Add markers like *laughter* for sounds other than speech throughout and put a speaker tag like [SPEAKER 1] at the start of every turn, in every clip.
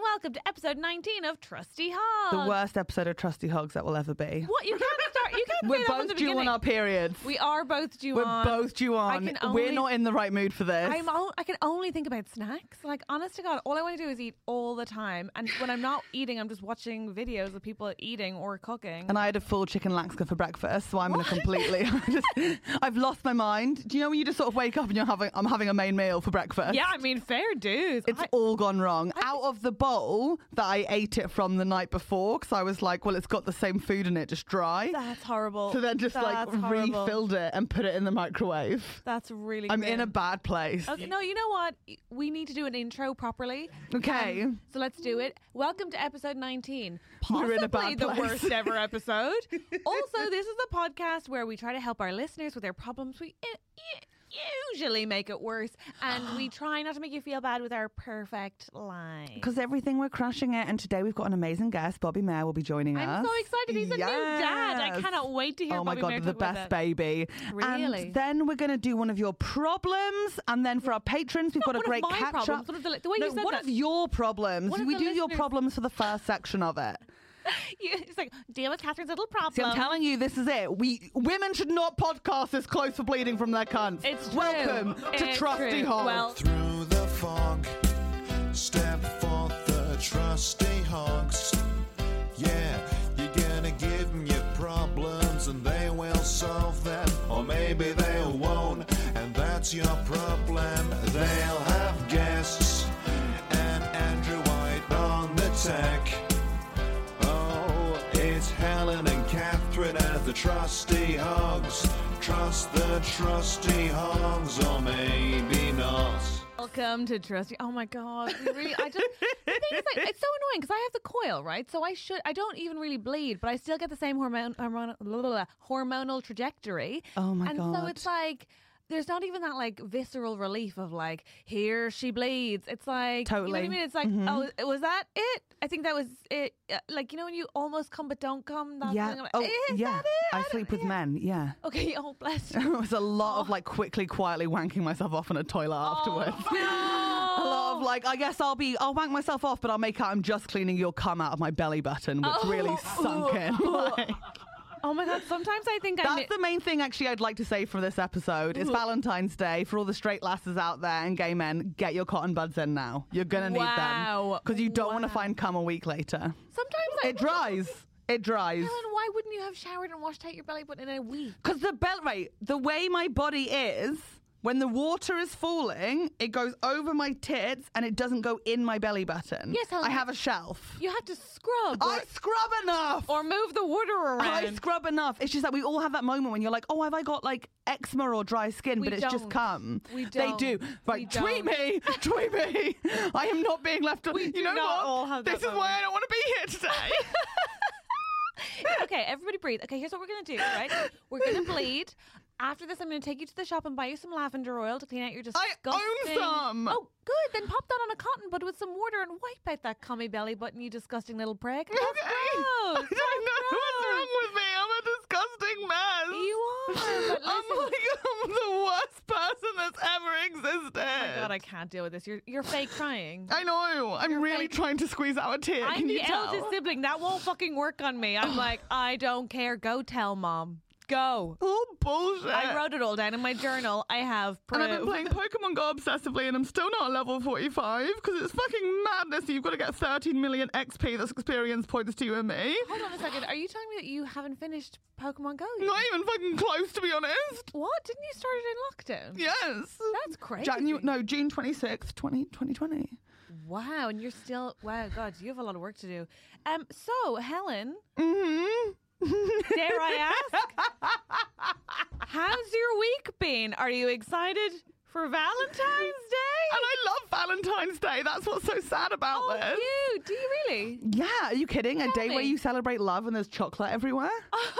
[SPEAKER 1] welcome to episode 19 of Trusty Hog.
[SPEAKER 2] The worst episode of Trusty Hogs that will ever be.
[SPEAKER 1] What? You can't start. You
[SPEAKER 2] *laughs*
[SPEAKER 1] can't
[SPEAKER 2] We're
[SPEAKER 1] say that from the
[SPEAKER 2] both due on
[SPEAKER 1] beginning.
[SPEAKER 2] our periods.
[SPEAKER 1] We are both due
[SPEAKER 2] We're
[SPEAKER 1] on.
[SPEAKER 2] both due on.
[SPEAKER 1] can
[SPEAKER 2] We're
[SPEAKER 1] only-
[SPEAKER 2] not in the right mood for this.
[SPEAKER 1] I'm all, I can only think about snacks. Like, honest to God, all I want to do is eat all the time. And when I'm not eating, I'm just watching videos of people eating or cooking.
[SPEAKER 2] and I had a full chicken laxka for breakfast, so I'm in a completely. *laughs* I just, I've lost my mind. Do you know when you just sort of wake up and you're having? I'm having a main meal for breakfast.
[SPEAKER 1] yeah, I mean, fair dues.
[SPEAKER 2] It's
[SPEAKER 1] I-
[SPEAKER 2] all gone wrong. Out of the bowl that I ate it from the night before, because I was like, well, it's got the same food in it, just dry.
[SPEAKER 1] that's horrible.
[SPEAKER 2] So then just like
[SPEAKER 1] That's horrible.
[SPEAKER 2] refilled it and put it in the microwave.
[SPEAKER 1] That's really.
[SPEAKER 2] I'm in a
[SPEAKER 1] grim.
[SPEAKER 2] bad place.
[SPEAKER 1] Okay, no, you know what? We need to do an intro properly.
[SPEAKER 2] Okay.
[SPEAKER 1] Um, so let's do it. Welcome to episode 19. Possibly
[SPEAKER 2] We're in a bad
[SPEAKER 1] the
[SPEAKER 2] place.
[SPEAKER 1] worst
[SPEAKER 2] *laughs*
[SPEAKER 1] ever episode. also, this is the podcast where we try to help our listeners with their problems. We i- i- usually make it worse, and
[SPEAKER 2] *gasps*
[SPEAKER 1] we try not to make you feel bad with our perfect line.
[SPEAKER 2] Because everything we're crushing it, and today we've got an amazing guest. Bobby Mayer will be joining us.
[SPEAKER 1] I'm so excited. He's a new dad. I
[SPEAKER 2] Yes.
[SPEAKER 1] cannot wait to hear.
[SPEAKER 2] Oh my
[SPEAKER 1] Bobby
[SPEAKER 2] god,
[SPEAKER 1] Mayer
[SPEAKER 2] the
[SPEAKER 1] talk about
[SPEAKER 2] best
[SPEAKER 1] that. *laughs*
[SPEAKER 2] baby!
[SPEAKER 1] Really?
[SPEAKER 2] And then we're going to do one of your problems, and then for our patrons, we've
[SPEAKER 1] Not
[SPEAKER 2] got a
[SPEAKER 1] one of
[SPEAKER 2] great
[SPEAKER 1] my
[SPEAKER 2] catch
[SPEAKER 1] problems,
[SPEAKER 2] up.
[SPEAKER 1] one of the li- the way
[SPEAKER 2] no,
[SPEAKER 1] you said
[SPEAKER 2] one
[SPEAKER 1] that.
[SPEAKER 2] of your problems.
[SPEAKER 1] One of
[SPEAKER 2] we
[SPEAKER 1] the
[SPEAKER 2] do your
[SPEAKER 1] listeners.
[SPEAKER 2] problems for the first section
[SPEAKER 1] *laughs*
[SPEAKER 2] of it.
[SPEAKER 1] Yeah, It's like deal with Catherine's little
[SPEAKER 2] See,
[SPEAKER 1] problem.
[SPEAKER 2] I'm telling you, this is it. We women should not podcast this close for bleeding from their cunts.
[SPEAKER 1] It's true.
[SPEAKER 2] welcome to
[SPEAKER 1] It's
[SPEAKER 2] Trusty
[SPEAKER 1] true.
[SPEAKER 2] Hog.
[SPEAKER 1] Well,
[SPEAKER 3] Through the fog, step forth the trusty hogs. Yeah, you're gonna give 'em your problems and they will solve them, or maybe they won't, and that's your problem. They'll have guests and Andrew White on the tech. Oh, it's Helen and Catherine as the trusty hogs. Trust the trusty hogs, or maybe not.
[SPEAKER 1] Welcome to Trusty. Oh my god, we really, I just the thing is like, it's so annoying because I have the coil, right? So I should, I don't even really bleed, but I still get the same hormone, hormonal, blah, blah, blah, hormonal trajectory.
[SPEAKER 2] Oh my
[SPEAKER 1] and so
[SPEAKER 2] God.
[SPEAKER 1] it's like there's not even that like visceral relief of like here she bleeds. It's like You know what I
[SPEAKER 2] Totally. Mm-hmm.
[SPEAKER 1] mean? It's like oh, was that it? I think that was it. Uh, Like you know when you almost come but don't come. That
[SPEAKER 2] yeah.
[SPEAKER 1] feeling of,
[SPEAKER 2] Oh,
[SPEAKER 1] is
[SPEAKER 2] yeah.
[SPEAKER 1] that it?
[SPEAKER 2] I
[SPEAKER 1] don't-
[SPEAKER 2] sleep with
[SPEAKER 1] yeah.
[SPEAKER 2] men. Yeah.
[SPEAKER 1] Okay. *laughs* Oh, bless
[SPEAKER 2] *laughs* It
[SPEAKER 1] you.
[SPEAKER 2] was a lot
[SPEAKER 1] Oh.
[SPEAKER 2] of like quickly, quietly wanking myself off in a toilet afterwards. *laughs* A lot of like, I guess I'll be, I'll wank myself off, but I'll make out I'm just cleaning your cum out of my belly button, which really
[SPEAKER 1] *laughs*
[SPEAKER 2] sunk in. Like,
[SPEAKER 1] Oh my god. Sometimes I think I. mi-
[SPEAKER 2] that's the main thing, actually, I'd like to say from this episode. It's Valentine's Day for all the straight lasses out there and gay men. Get your cotton buds in now. You're gonna need
[SPEAKER 1] Wow.
[SPEAKER 2] them because you don't want to
[SPEAKER 1] Wow.
[SPEAKER 2] find cum a week later.
[SPEAKER 1] Sometimes I
[SPEAKER 2] It dries. It dries.
[SPEAKER 1] Helen, why wouldn't you have showered and washed out your belly button in a week?
[SPEAKER 2] Because the bell, right, the way my body is, when the water is falling, it goes over my tits and it doesn't go in my belly button.
[SPEAKER 1] Yes, Helen.
[SPEAKER 2] I have a shelf.
[SPEAKER 1] You had to scrub
[SPEAKER 2] I scrub enough.
[SPEAKER 1] or, or move the water around.
[SPEAKER 2] *laughs* I scrub enough. It's just that we all have that moment when you're like, oh, have I got like eczema or dry skin?
[SPEAKER 1] We
[SPEAKER 2] but it's
[SPEAKER 1] don't.
[SPEAKER 2] just come.
[SPEAKER 1] We
[SPEAKER 2] They do.
[SPEAKER 1] don't. We
[SPEAKER 2] Right,
[SPEAKER 1] don't. *laughs*
[SPEAKER 2] tweet me. Tweet me. I am not being left. We you
[SPEAKER 1] do
[SPEAKER 2] know
[SPEAKER 1] not
[SPEAKER 2] what?
[SPEAKER 1] all have that
[SPEAKER 2] this is why I don't want to be here today.
[SPEAKER 1] okay, everybody breathe. Okay, here's what we're gonna do, right? We're gonna bleed. After this, I'm gonna take you to the shop and buy you some lavender oil to clean out your disgusting.
[SPEAKER 2] I own some.
[SPEAKER 1] Oh, good. Then pop that on a cotton bud with some water and wipe out that cummy belly button, you disgusting little prick. *laughs* That's
[SPEAKER 2] *laughs* I
[SPEAKER 1] gross.
[SPEAKER 2] don't know what's
[SPEAKER 1] gross.
[SPEAKER 2] wrong with me. I'm a disgusting
[SPEAKER 1] You are.
[SPEAKER 2] mess.
[SPEAKER 1] But
[SPEAKER 2] *laughs* I'm
[SPEAKER 1] listen-
[SPEAKER 2] like I'm the worst person that's ever existed.
[SPEAKER 1] Oh my God, I can't deal with this. You're you're fake crying.
[SPEAKER 2] I know. I'm really
[SPEAKER 1] fake.
[SPEAKER 2] trying to squeeze out a tear.
[SPEAKER 1] I'm
[SPEAKER 2] Can
[SPEAKER 1] the
[SPEAKER 2] you tell?
[SPEAKER 1] eldest sibling. That won't fucking work on me. I'm like,
[SPEAKER 2] *sighs*
[SPEAKER 1] I don't care. Go tell mom. Go.
[SPEAKER 2] All bullshit.
[SPEAKER 1] I wrote it all down in my journal. I have proof.
[SPEAKER 2] Uh. and I've been playing Pokemon Go obsessively, and I'm still not at level 45 because it's fucking madness. You've got to get 13 million XP. That's experience points to you and me.
[SPEAKER 1] Hold on a second. Are you telling me that you haven't finished Pokemon Go? Yet?
[SPEAKER 2] Not even fucking close, to be honest.
[SPEAKER 1] What? Didn't you start it in lockdown?
[SPEAKER 2] Yes.
[SPEAKER 1] That's crazy.
[SPEAKER 2] Janu- no, June 26th, 20, 2020.
[SPEAKER 1] Wow, and you're still wow, God, you have a lot of work to do. Um, so Helen,
[SPEAKER 2] Mm-hmm. *laughs*
[SPEAKER 1] dare I ask, how's your week been? Are you excited for Valentine's Day?
[SPEAKER 2] And I love Valentine's Day. That's what's so sad about
[SPEAKER 1] Oh,
[SPEAKER 2] this.
[SPEAKER 1] you? Do you really?
[SPEAKER 2] Yeah, are you kidding? A day where
[SPEAKER 1] me.
[SPEAKER 2] you celebrate love and there's chocolate everywhere?
[SPEAKER 1] *laughs* Oh, I love
[SPEAKER 2] Who-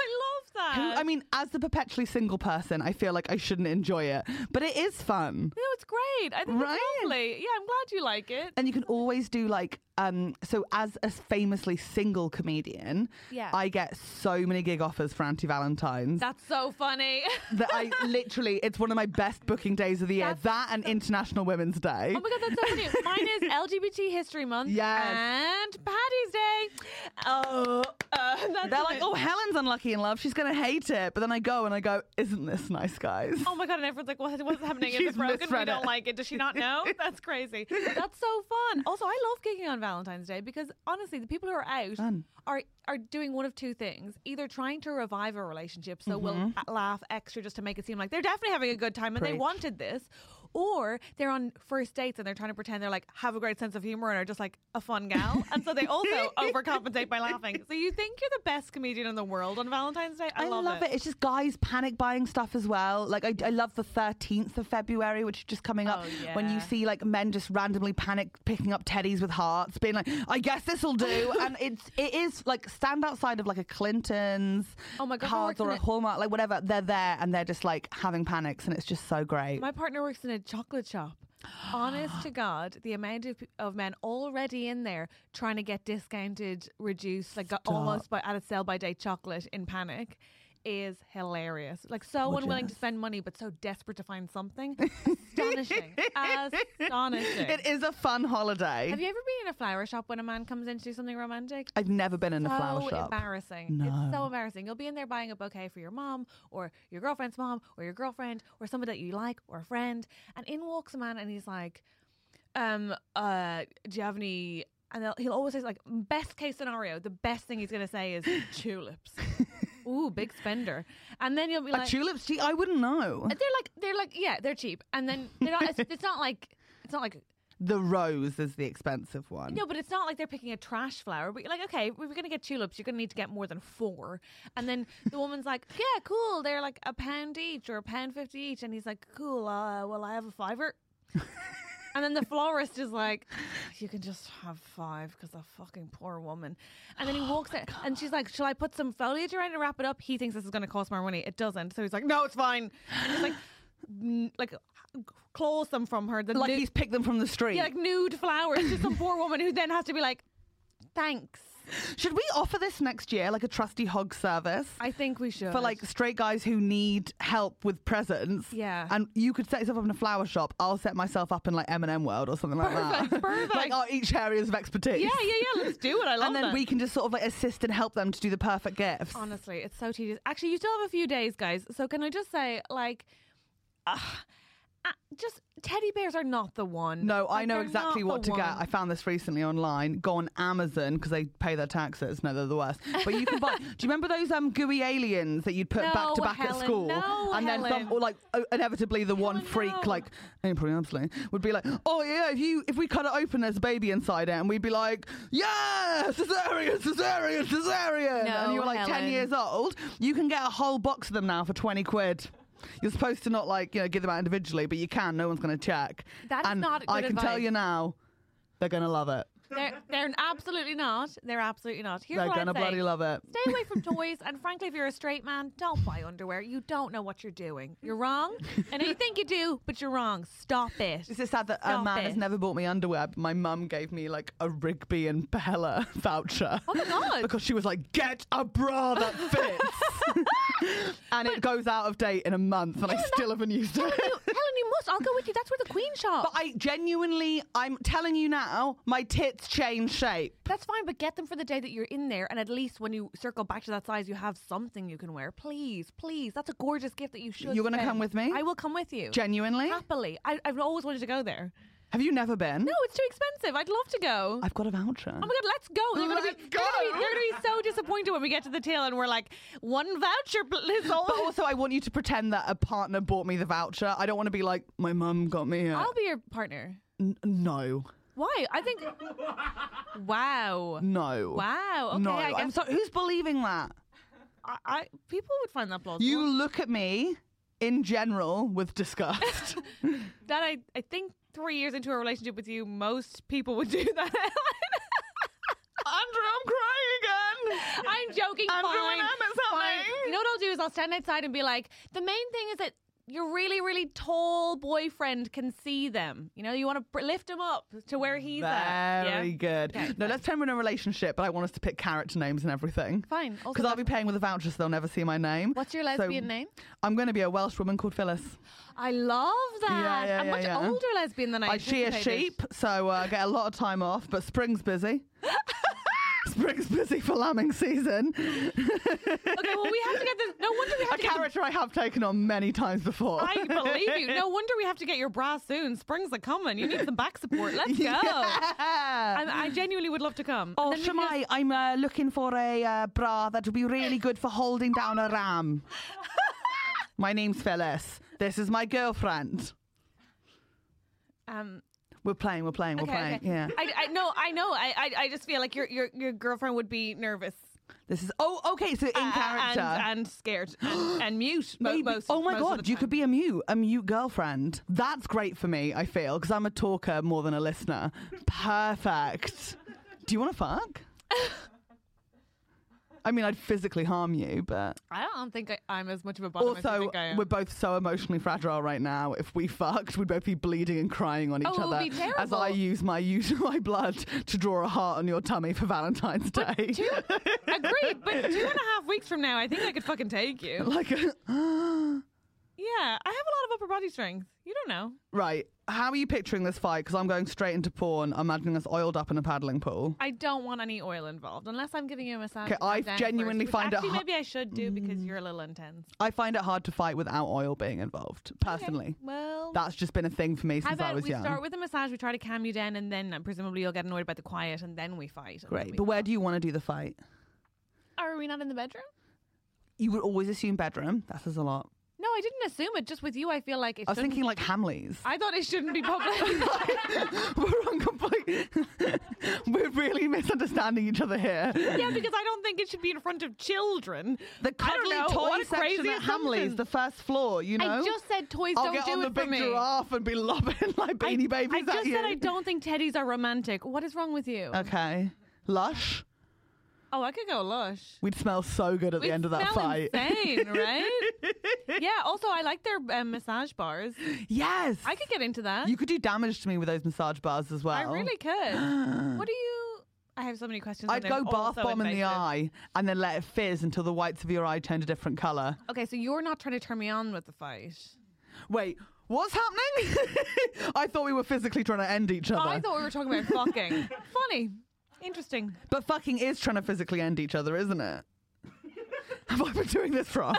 [SPEAKER 1] that.
[SPEAKER 2] I mean, as the perpetually single person, I feel like I shouldn't enjoy it, but it is fun.
[SPEAKER 1] no, it's great. I think
[SPEAKER 2] Right?
[SPEAKER 1] it's lovely. Yeah, I'm glad you like it.
[SPEAKER 2] And you can always do like, um, so as a famously single comedian,
[SPEAKER 1] Yeah.
[SPEAKER 2] I get so many gig offers for Anti Valentine's
[SPEAKER 1] That's so funny. *laughs*
[SPEAKER 2] that I literally, it's one of my best booking days of the yeah,
[SPEAKER 1] That's-
[SPEAKER 2] that and International Women's Day.
[SPEAKER 1] Oh my god, that's so funny. Mine is LGBT History *laughs* Month
[SPEAKER 2] Yes.
[SPEAKER 1] and Paddy's Day. Oh, uh, *laughs* that's
[SPEAKER 2] They're like,
[SPEAKER 1] it.
[SPEAKER 2] oh, Helen's unlucky in love. She's going to hate it. But then I go and I go, isn't this nice, guys?
[SPEAKER 1] *laughs* Oh my god! And everyone's like, "What? What's happening? Is
[SPEAKER 2] She's
[SPEAKER 1] it broken? We
[SPEAKER 2] misread
[SPEAKER 1] don't
[SPEAKER 2] it.
[SPEAKER 1] like it. Does she not know? That's
[SPEAKER 2] *laughs*
[SPEAKER 1] crazy. That's so fun. Also, I love gigging on Valentine's Day because honestly, the people who are out
[SPEAKER 2] Fun.
[SPEAKER 1] are are doing one of two things: either trying to revive a relationship, so we'll a- laugh extra just to make it seem like they're definitely having a good time and they
[SPEAKER 2] Mm-hmm. Preach.
[SPEAKER 1] wanted this, or they're on first dates and they're trying to pretend they're like have a great sense of humor and are just like a fun gal, and so they also
[SPEAKER 2] *laughs*
[SPEAKER 1] overcompensate by laughing. So you think you're the best comedian in the world on Valentine's Day? I,
[SPEAKER 2] I love, it. It's just guys panic buying stuff as well. Like I, I love the thirteenth of February, which is just coming up.
[SPEAKER 1] Oh, yeah.
[SPEAKER 2] When you see like men just randomly panic picking up teddies with hearts, being like, "I guess this
[SPEAKER 1] *laughs*
[SPEAKER 2] will do," and it's it is like stand outside of like a Clinton's,
[SPEAKER 1] Oh my God, who
[SPEAKER 2] cards
[SPEAKER 1] works
[SPEAKER 2] or
[SPEAKER 1] in
[SPEAKER 2] a
[SPEAKER 1] it?
[SPEAKER 2] Hallmark, like whatever. They're there and they're just like having panics, and it's just so great.
[SPEAKER 1] My partner works in a chocolate shop.
[SPEAKER 2] *gasps*
[SPEAKER 1] Honest to God, the amount of, of men already in there trying to get discounted, reduced, like got almost by, at a sell by date chocolate in panic is hilarious. Like so unwilling to spend money, but so desperate to find
[SPEAKER 2] *laughs*
[SPEAKER 1] something. Astonishing. Astonishing.
[SPEAKER 2] it is a fun holiday.
[SPEAKER 1] Have you ever been in a flower shop when a man comes in to do something romantic?
[SPEAKER 2] I've never been in a flower
[SPEAKER 1] so
[SPEAKER 2] shop.
[SPEAKER 1] embarrassing. It's so embarrassing. You'll be in there buying a bouquet for your mom or your girlfriend's mom or your girlfriend or somebody that you like or a friend. And in walks a man and he's like, um, uh, do you have any? And they'll- he'll always say, like, best case scenario, the best thing he's going to say
[SPEAKER 2] *laughs*
[SPEAKER 1] is tulips. Ooh, big spender. And then you'll be
[SPEAKER 2] Like
[SPEAKER 1] like,
[SPEAKER 2] tulips? Gee, I wouldn't know.
[SPEAKER 1] they're like, they're like, yeah, they're cheap. And then they're not, it's, it's not like, it's not like,
[SPEAKER 2] The rose is the expensive one.
[SPEAKER 1] no, but it's not like they're picking a trash flower. But you're like, okay, if we're going to get tulips, you're going to need to get more than four. And then the woman's like, *laughs* yeah, cool. They're like a pound each or a pound fifty each. And he's like, cool. Uh, well, I have a
[SPEAKER 2] *laughs*
[SPEAKER 1] fiver. and then the florist is like, you can just have five because a fucking poor woman. And
[SPEAKER 2] Oh
[SPEAKER 1] then he walks in and she's like, shall I put some foliage around and wrap it up? He thinks this is going to cost more money. It doesn't. So he's like, no, it's fine. And
[SPEAKER 2] *laughs*
[SPEAKER 1] he's like, n- like claws them from her. The
[SPEAKER 2] Like
[SPEAKER 1] nu-
[SPEAKER 2] he's picked them from the street.
[SPEAKER 1] yeah, like nude flowers to some poor woman who then has to be like, thanks.
[SPEAKER 2] Should we offer this next year, like a trusty hog service
[SPEAKER 1] I think we should.
[SPEAKER 2] for like straight guys who need help with presents?
[SPEAKER 1] Yeah.
[SPEAKER 2] and you could set yourself up in a flower shop. I'll set myself up in like M and M World or something like
[SPEAKER 1] Perfect,
[SPEAKER 2] that.
[SPEAKER 1] perfect.
[SPEAKER 2] *laughs* like our each areas of
[SPEAKER 1] *laughs*
[SPEAKER 2] expertise.
[SPEAKER 1] yeah, yeah, yeah. Let's do it. I love
[SPEAKER 2] And then
[SPEAKER 1] that.
[SPEAKER 2] we can just sort of like assist and help them to do the perfect gifts.
[SPEAKER 1] Honestly, it's so tedious. Actually, you still have a few days, guys. So can I just say, like, ah, ah, just teddy bears are not the one.
[SPEAKER 2] No, I
[SPEAKER 1] Like,
[SPEAKER 2] know
[SPEAKER 1] they're
[SPEAKER 2] exactly
[SPEAKER 1] not
[SPEAKER 2] what
[SPEAKER 1] the
[SPEAKER 2] to get.
[SPEAKER 1] one.
[SPEAKER 2] I found this recently online. Go on Amazon because they pay their taxes. No, they're the worst. But you
[SPEAKER 1] *laughs*
[SPEAKER 2] can buy. do you remember those um gooey aliens that you'd put back to
[SPEAKER 1] No,
[SPEAKER 2] back
[SPEAKER 1] Helen,
[SPEAKER 2] at school?
[SPEAKER 1] no,
[SPEAKER 2] and then
[SPEAKER 1] Helen.
[SPEAKER 2] some, or like oh, inevitably the one
[SPEAKER 1] Helen,
[SPEAKER 2] freak
[SPEAKER 1] no.
[SPEAKER 2] like April Yamsley would be like, oh yeah, if you if we cut it open, there's a baby inside it, and we'd be like, yeah, cesarean, cesarean, cesarean,
[SPEAKER 1] No,
[SPEAKER 2] and you were like ten
[SPEAKER 1] Helen.
[SPEAKER 2] years old. You can get a whole box of them now for twenty quid. You're supposed to not like you know give them out individually, but you can. No one's going to check.
[SPEAKER 1] That is
[SPEAKER 2] and
[SPEAKER 1] not
[SPEAKER 2] I
[SPEAKER 1] good
[SPEAKER 2] can tell
[SPEAKER 1] advice.
[SPEAKER 2] you now, they're gonna love it.
[SPEAKER 1] *laughs* They're, they're absolutely not. They're absolutely not. Here's
[SPEAKER 2] They're
[SPEAKER 1] what I'd
[SPEAKER 2] gonna
[SPEAKER 1] say.
[SPEAKER 2] bloody love it.
[SPEAKER 1] Stay away
[SPEAKER 2] *laughs*
[SPEAKER 1] from toys, and frankly, if you're a straight man, don't buy underwear. You don't know what you're doing. You're wrong. I know you think you do, but you're wrong. Stop it.
[SPEAKER 2] Is it sad that a
[SPEAKER 1] Stop
[SPEAKER 2] man
[SPEAKER 1] it.
[SPEAKER 2] has never bought me underwear? But my mum gave me like a Rigby and Bella *laughs* voucher.
[SPEAKER 1] Oh my
[SPEAKER 2] *laughs*
[SPEAKER 1] God.
[SPEAKER 2] Because she was like, get a bra that fits, *laughs* and it goes out of date in a month, and I still haven't used it.
[SPEAKER 1] you,
[SPEAKER 2] *laughs*
[SPEAKER 1] Helen, you must. I'll go with you. That's where the queen shop.
[SPEAKER 2] But I genuinely, I'm telling you now, my tits change shape.
[SPEAKER 1] That's fine, but get them for the day that you're in there, and at least when you circle back to that size, you have something you can wear. Please, please. That's a gorgeous gift that you should.
[SPEAKER 2] You're gonna
[SPEAKER 1] spend.
[SPEAKER 2] come with me?
[SPEAKER 1] I will come with you.
[SPEAKER 2] Genuinely,
[SPEAKER 1] Happily. I, I've always wanted to go there.
[SPEAKER 2] have you never been?
[SPEAKER 1] No, it's too expensive. I'd love to go.
[SPEAKER 2] I've got a voucher.
[SPEAKER 1] Oh my god, let's go! They're gonna, be,
[SPEAKER 2] Let's go.
[SPEAKER 1] They're, gonna be, they're gonna be so disappointed when we get to the tail and we're like, one voucher, please.
[SPEAKER 2] *laughs* But also, I want you to pretend that a partner bought me the voucher. I don't want to be like, my mum got me a.
[SPEAKER 1] I'll be your partner.
[SPEAKER 2] N- no,
[SPEAKER 1] Why? I
[SPEAKER 2] *laughs*
[SPEAKER 1] think. Wow.
[SPEAKER 2] no.
[SPEAKER 1] Wow. Okay.
[SPEAKER 2] no,
[SPEAKER 1] I guess
[SPEAKER 2] I'm sorry. Who's believing that?
[SPEAKER 1] I, I, people would find that plausible.
[SPEAKER 2] You look at me in general
[SPEAKER 1] *laughs*
[SPEAKER 2] with disgust.
[SPEAKER 1] that I, I think three years into a relationship with you, most people would *laughs* do that.
[SPEAKER 2] Andrew, I'm crying again.
[SPEAKER 1] I'm joking.
[SPEAKER 2] Andrew
[SPEAKER 1] fine.
[SPEAKER 2] and Emma's
[SPEAKER 1] fine.
[SPEAKER 2] helping.
[SPEAKER 1] You know what I'll do is I'll stand outside and be like, the main thing is that your really, really tall boyfriend can see them. You know, you want to br- lift him up to where he's at.
[SPEAKER 2] Very
[SPEAKER 1] Yeah?
[SPEAKER 2] good.
[SPEAKER 1] Okay,
[SPEAKER 2] no,
[SPEAKER 1] fine.
[SPEAKER 2] let's pretend we're in a relationship, but I want us to pick character names and everything.
[SPEAKER 1] Fine. Also,
[SPEAKER 2] Because I'll be
[SPEAKER 1] that's-
[SPEAKER 2] paying with a voucher, so they'll never see my name.
[SPEAKER 1] What's your
[SPEAKER 2] So
[SPEAKER 1] lesbian name?
[SPEAKER 2] I'm going to be a Welsh woman called Phyllis.
[SPEAKER 1] I love that.
[SPEAKER 2] Yeah, yeah,
[SPEAKER 1] a
[SPEAKER 2] yeah,
[SPEAKER 1] much
[SPEAKER 2] yeah.
[SPEAKER 1] older lesbian than I.
[SPEAKER 2] I shear
[SPEAKER 1] anticipated.
[SPEAKER 2] sheep, so uh, get a lot of time off, but
[SPEAKER 1] *laughs*
[SPEAKER 2] spring's busy. spring's busy for lambing season.
[SPEAKER 1] Okay, well, we have to get this. No wonder we have
[SPEAKER 2] *laughs* A
[SPEAKER 1] to. Get the,
[SPEAKER 2] character I have taken on many times before. *laughs*
[SPEAKER 1] I believe you. No wonder we have to get your bra soon. Spring's a coming. You need some back support. Let's go.
[SPEAKER 2] *laughs* Yeah.
[SPEAKER 1] I, I genuinely would love to come.
[SPEAKER 2] Oh,
[SPEAKER 1] And then maybe
[SPEAKER 2] Shamai, I'm uh, looking for a uh, bra that will be really good for holding down a *laughs* ram. my name's Phyllis. This is my girlfriend.
[SPEAKER 1] just- Um,
[SPEAKER 2] We're playing, we're playing, we're
[SPEAKER 1] okay,
[SPEAKER 2] playing.
[SPEAKER 1] okay.
[SPEAKER 2] Yeah.
[SPEAKER 1] I, I no, I know. I, I, I just feel like your, your, your girlfriend would be nervous.
[SPEAKER 2] This is. Oh, okay, so in
[SPEAKER 1] uh,
[SPEAKER 2] character.
[SPEAKER 1] and, and
[SPEAKER 2] *gasps*
[SPEAKER 1] scared and, and mute. mo-
[SPEAKER 2] Maybe-
[SPEAKER 1] Most,
[SPEAKER 2] oh my
[SPEAKER 1] most of
[SPEAKER 2] god,
[SPEAKER 1] the
[SPEAKER 2] you could
[SPEAKER 1] time.
[SPEAKER 2] be a mute, a mute girlfriend. That's great for me. I feel because I'm a talker more than a listener. Perfect. Do you want to fuck? I mean, I'd physically harm you, but
[SPEAKER 1] I don't think I, I'm as much of a bottom as you
[SPEAKER 2] also
[SPEAKER 1] think I am.
[SPEAKER 2] we're both so emotionally fragile right now. If we fucked, we'd both be bleeding and crying on each
[SPEAKER 1] Oh, it would
[SPEAKER 2] other.
[SPEAKER 1] be
[SPEAKER 2] as I
[SPEAKER 1] terrible.
[SPEAKER 2] use my use *laughs* my blood to draw a heart on your tummy for Valentine's Day.
[SPEAKER 1] Two, agreed, but two and a half weeks from now, I think I could fucking take you.
[SPEAKER 2] *laughs* like, *laughs* a,
[SPEAKER 1] Yeah, I have a lot of upper body strength. You don't know.
[SPEAKER 2] right? How are you picturing this fight? Because I'm going straight into porn. I'm imagining us oiled up in a paddling pool.
[SPEAKER 1] I don't want any oil involved unless I'm giving you a massage.
[SPEAKER 2] Okay,
[SPEAKER 1] to calm
[SPEAKER 2] I
[SPEAKER 1] down
[SPEAKER 2] genuinely
[SPEAKER 1] first, which
[SPEAKER 2] find it
[SPEAKER 1] actually
[SPEAKER 2] hu- Hmm.
[SPEAKER 1] maybe I should do because you're a little intense.
[SPEAKER 2] I find it hard to fight without oil being involved,
[SPEAKER 1] Okay,
[SPEAKER 2] personally.
[SPEAKER 1] well,
[SPEAKER 2] That's just been a thing for me
[SPEAKER 1] how
[SPEAKER 2] since I
[SPEAKER 1] about
[SPEAKER 2] was
[SPEAKER 1] we
[SPEAKER 2] young.
[SPEAKER 1] start with a massage? We try to calm you down, and then uh, presumably you'll get annoyed by the quiet, and then we fight. and then
[SPEAKER 2] Great.
[SPEAKER 1] we
[SPEAKER 2] But where
[SPEAKER 1] calm.
[SPEAKER 2] do you want to do the fight?
[SPEAKER 1] are we not in the bedroom?
[SPEAKER 2] You would always assume bedroom. That says a lot.
[SPEAKER 1] No, I didn't assume it. Just with you, I feel like it.
[SPEAKER 2] I was
[SPEAKER 1] shouldn't-
[SPEAKER 2] thinking
[SPEAKER 1] *laughs*
[SPEAKER 2] like Hamleys.
[SPEAKER 1] I thought it shouldn't be
[SPEAKER 2] *laughs*
[SPEAKER 1] public.
[SPEAKER 2] We're on complete. *laughs* We're really misunderstanding each other here.
[SPEAKER 1] yeah, because I don't think it should be in front of children.
[SPEAKER 2] The
[SPEAKER 1] I don't
[SPEAKER 2] cuddly
[SPEAKER 1] know.
[SPEAKER 2] toy
[SPEAKER 1] What a
[SPEAKER 2] section
[SPEAKER 1] crazy
[SPEAKER 2] at Hamleys,
[SPEAKER 1] assumption.
[SPEAKER 2] the first floor, you know?
[SPEAKER 1] I just said toys
[SPEAKER 2] I'll
[SPEAKER 1] don't
[SPEAKER 2] get
[SPEAKER 1] do
[SPEAKER 2] on
[SPEAKER 1] it
[SPEAKER 2] the
[SPEAKER 1] for
[SPEAKER 2] big
[SPEAKER 1] me.
[SPEAKER 2] giraffe and be lobbing like
[SPEAKER 1] I-
[SPEAKER 2] beanie babies
[SPEAKER 1] I,
[SPEAKER 2] at
[SPEAKER 1] just
[SPEAKER 2] you. Uh,
[SPEAKER 1] said I don't think teddies are romantic. What is wrong with you?
[SPEAKER 2] Okay. Lush.
[SPEAKER 1] Oh, I could go lush.
[SPEAKER 2] We'd smell so good at
[SPEAKER 1] We
[SPEAKER 2] the end of that
[SPEAKER 1] smell
[SPEAKER 2] fight.
[SPEAKER 1] insane, right? yeah. Also, I like their um, massage bars.
[SPEAKER 2] *laughs* Yes.
[SPEAKER 1] I could get into that.
[SPEAKER 2] You could do damage to me with those massage bars as well.
[SPEAKER 1] I really
[SPEAKER 2] *gasps*
[SPEAKER 1] could. what do you? I have so many questions. and
[SPEAKER 2] I'd
[SPEAKER 1] they're
[SPEAKER 2] go
[SPEAKER 1] all
[SPEAKER 2] bath
[SPEAKER 1] so
[SPEAKER 2] bomb in the
[SPEAKER 1] invasive.
[SPEAKER 2] eye and then let it fizz until the whites of your eye turned a different color.
[SPEAKER 1] Okay, so you're not trying to turn me on with the fight.
[SPEAKER 2] Wait, what's happening? *laughs* I thought we were physically trying to end each other.
[SPEAKER 1] I thought we were talking
[SPEAKER 2] *laughs*
[SPEAKER 1] about fucking. Funny, interesting.
[SPEAKER 2] but fucking is trying to physically end each other,
[SPEAKER 1] *laughs*
[SPEAKER 2] isn't it? Have I been doing this wrong?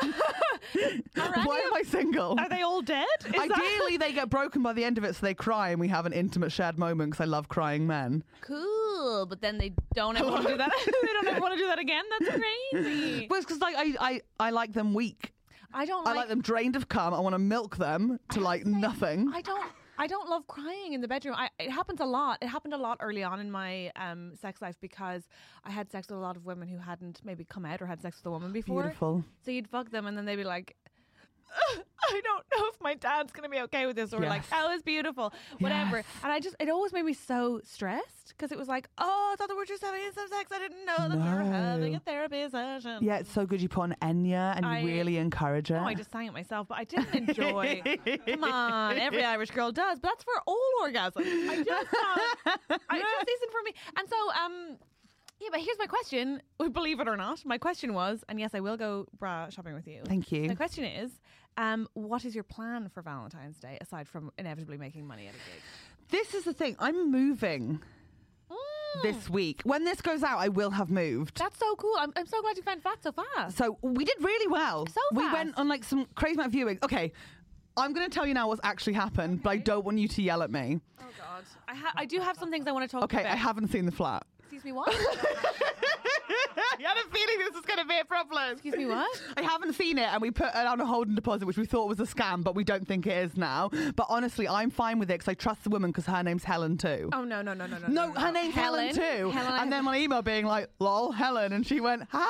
[SPEAKER 1] any
[SPEAKER 2] Why am
[SPEAKER 1] of-
[SPEAKER 2] I single?
[SPEAKER 1] Are they all dead? Is that-
[SPEAKER 2] Ideally, they get broken by the end of it, so they cry and we have an intimate shared moment because I love crying men.
[SPEAKER 1] cool, but then they don't ever want to do that. *laughs* they don't ever want to do that again.
[SPEAKER 2] *laughs*
[SPEAKER 1] That's crazy.
[SPEAKER 2] Well, it's because like, I, I, I like them weak.
[SPEAKER 1] I don't.
[SPEAKER 2] I
[SPEAKER 1] like
[SPEAKER 2] like them drained of cum. I want to milk them to like nothing.
[SPEAKER 1] I don't. I don't love crying in the bedroom. I, it happens a lot. It happened a lot early on in my um, sex life because I had sex with a lot of women who hadn't maybe come out or had sex with a woman before.
[SPEAKER 2] Beautiful.
[SPEAKER 1] So you'd fuck them and then they'd be like, I don't know if my dad's going to be okay with this. Or like,
[SPEAKER 2] Yes.
[SPEAKER 1] that was beautiful, whatever.
[SPEAKER 2] Yes.
[SPEAKER 1] And I just, it always made me so stressed because it was like, oh, I thought that we were just having some sex. I didn't know that we were having
[SPEAKER 2] No.
[SPEAKER 1] a therapy session.
[SPEAKER 2] Yeah, it's so good you put on Enya and you
[SPEAKER 1] I-
[SPEAKER 2] really encourage it.
[SPEAKER 1] No, I just sang it myself, but I didn't enjoy.
[SPEAKER 2] *laughs*
[SPEAKER 1] Come on, every Irish girl does, but that's for all orgasms. I just, uh, I
[SPEAKER 2] *laughs*
[SPEAKER 1] just isn't for me. And so, um, yeah, but here's my question. Believe it or not, my question was, and yes, I will go bra shopping with you.
[SPEAKER 2] Thank you.
[SPEAKER 1] My question is, um, what is your plan for Valentine's Day aside from inevitably making money at a gig?
[SPEAKER 2] This is the thing. I'm moving this week. When this goes out, I will have moved.
[SPEAKER 1] Mm, That's so cool. I'm, I'm so glad you found fat so fast.
[SPEAKER 2] so we did really well.
[SPEAKER 1] So
[SPEAKER 2] we
[SPEAKER 1] fast.
[SPEAKER 2] went on like some crazy amount of viewing. Okay, I'm going to tell you now what's actually happened, but I don't want you to yell at me.
[SPEAKER 1] Oh God, I ha- I do have some things I want to talk
[SPEAKER 2] Okay,
[SPEAKER 1] about.
[SPEAKER 2] I haven't seen the flat.
[SPEAKER 1] Excuse me,
[SPEAKER 2] *laughs*
[SPEAKER 1] what?
[SPEAKER 2] I had a feeling this was going to be a problem.
[SPEAKER 1] Excuse me, what?
[SPEAKER 2] I haven't seen it, and we put it on a holding deposit, which we thought was a scam, but we don't think it is now. But honestly, I'm fine with it because I trust the woman because her name's Helen too.
[SPEAKER 1] Oh no, no, no, no, no.
[SPEAKER 2] No, her name's Helen, too.
[SPEAKER 1] Helen, *laughs*
[SPEAKER 2] and then my email being like, lol, Helen. And she went, ha.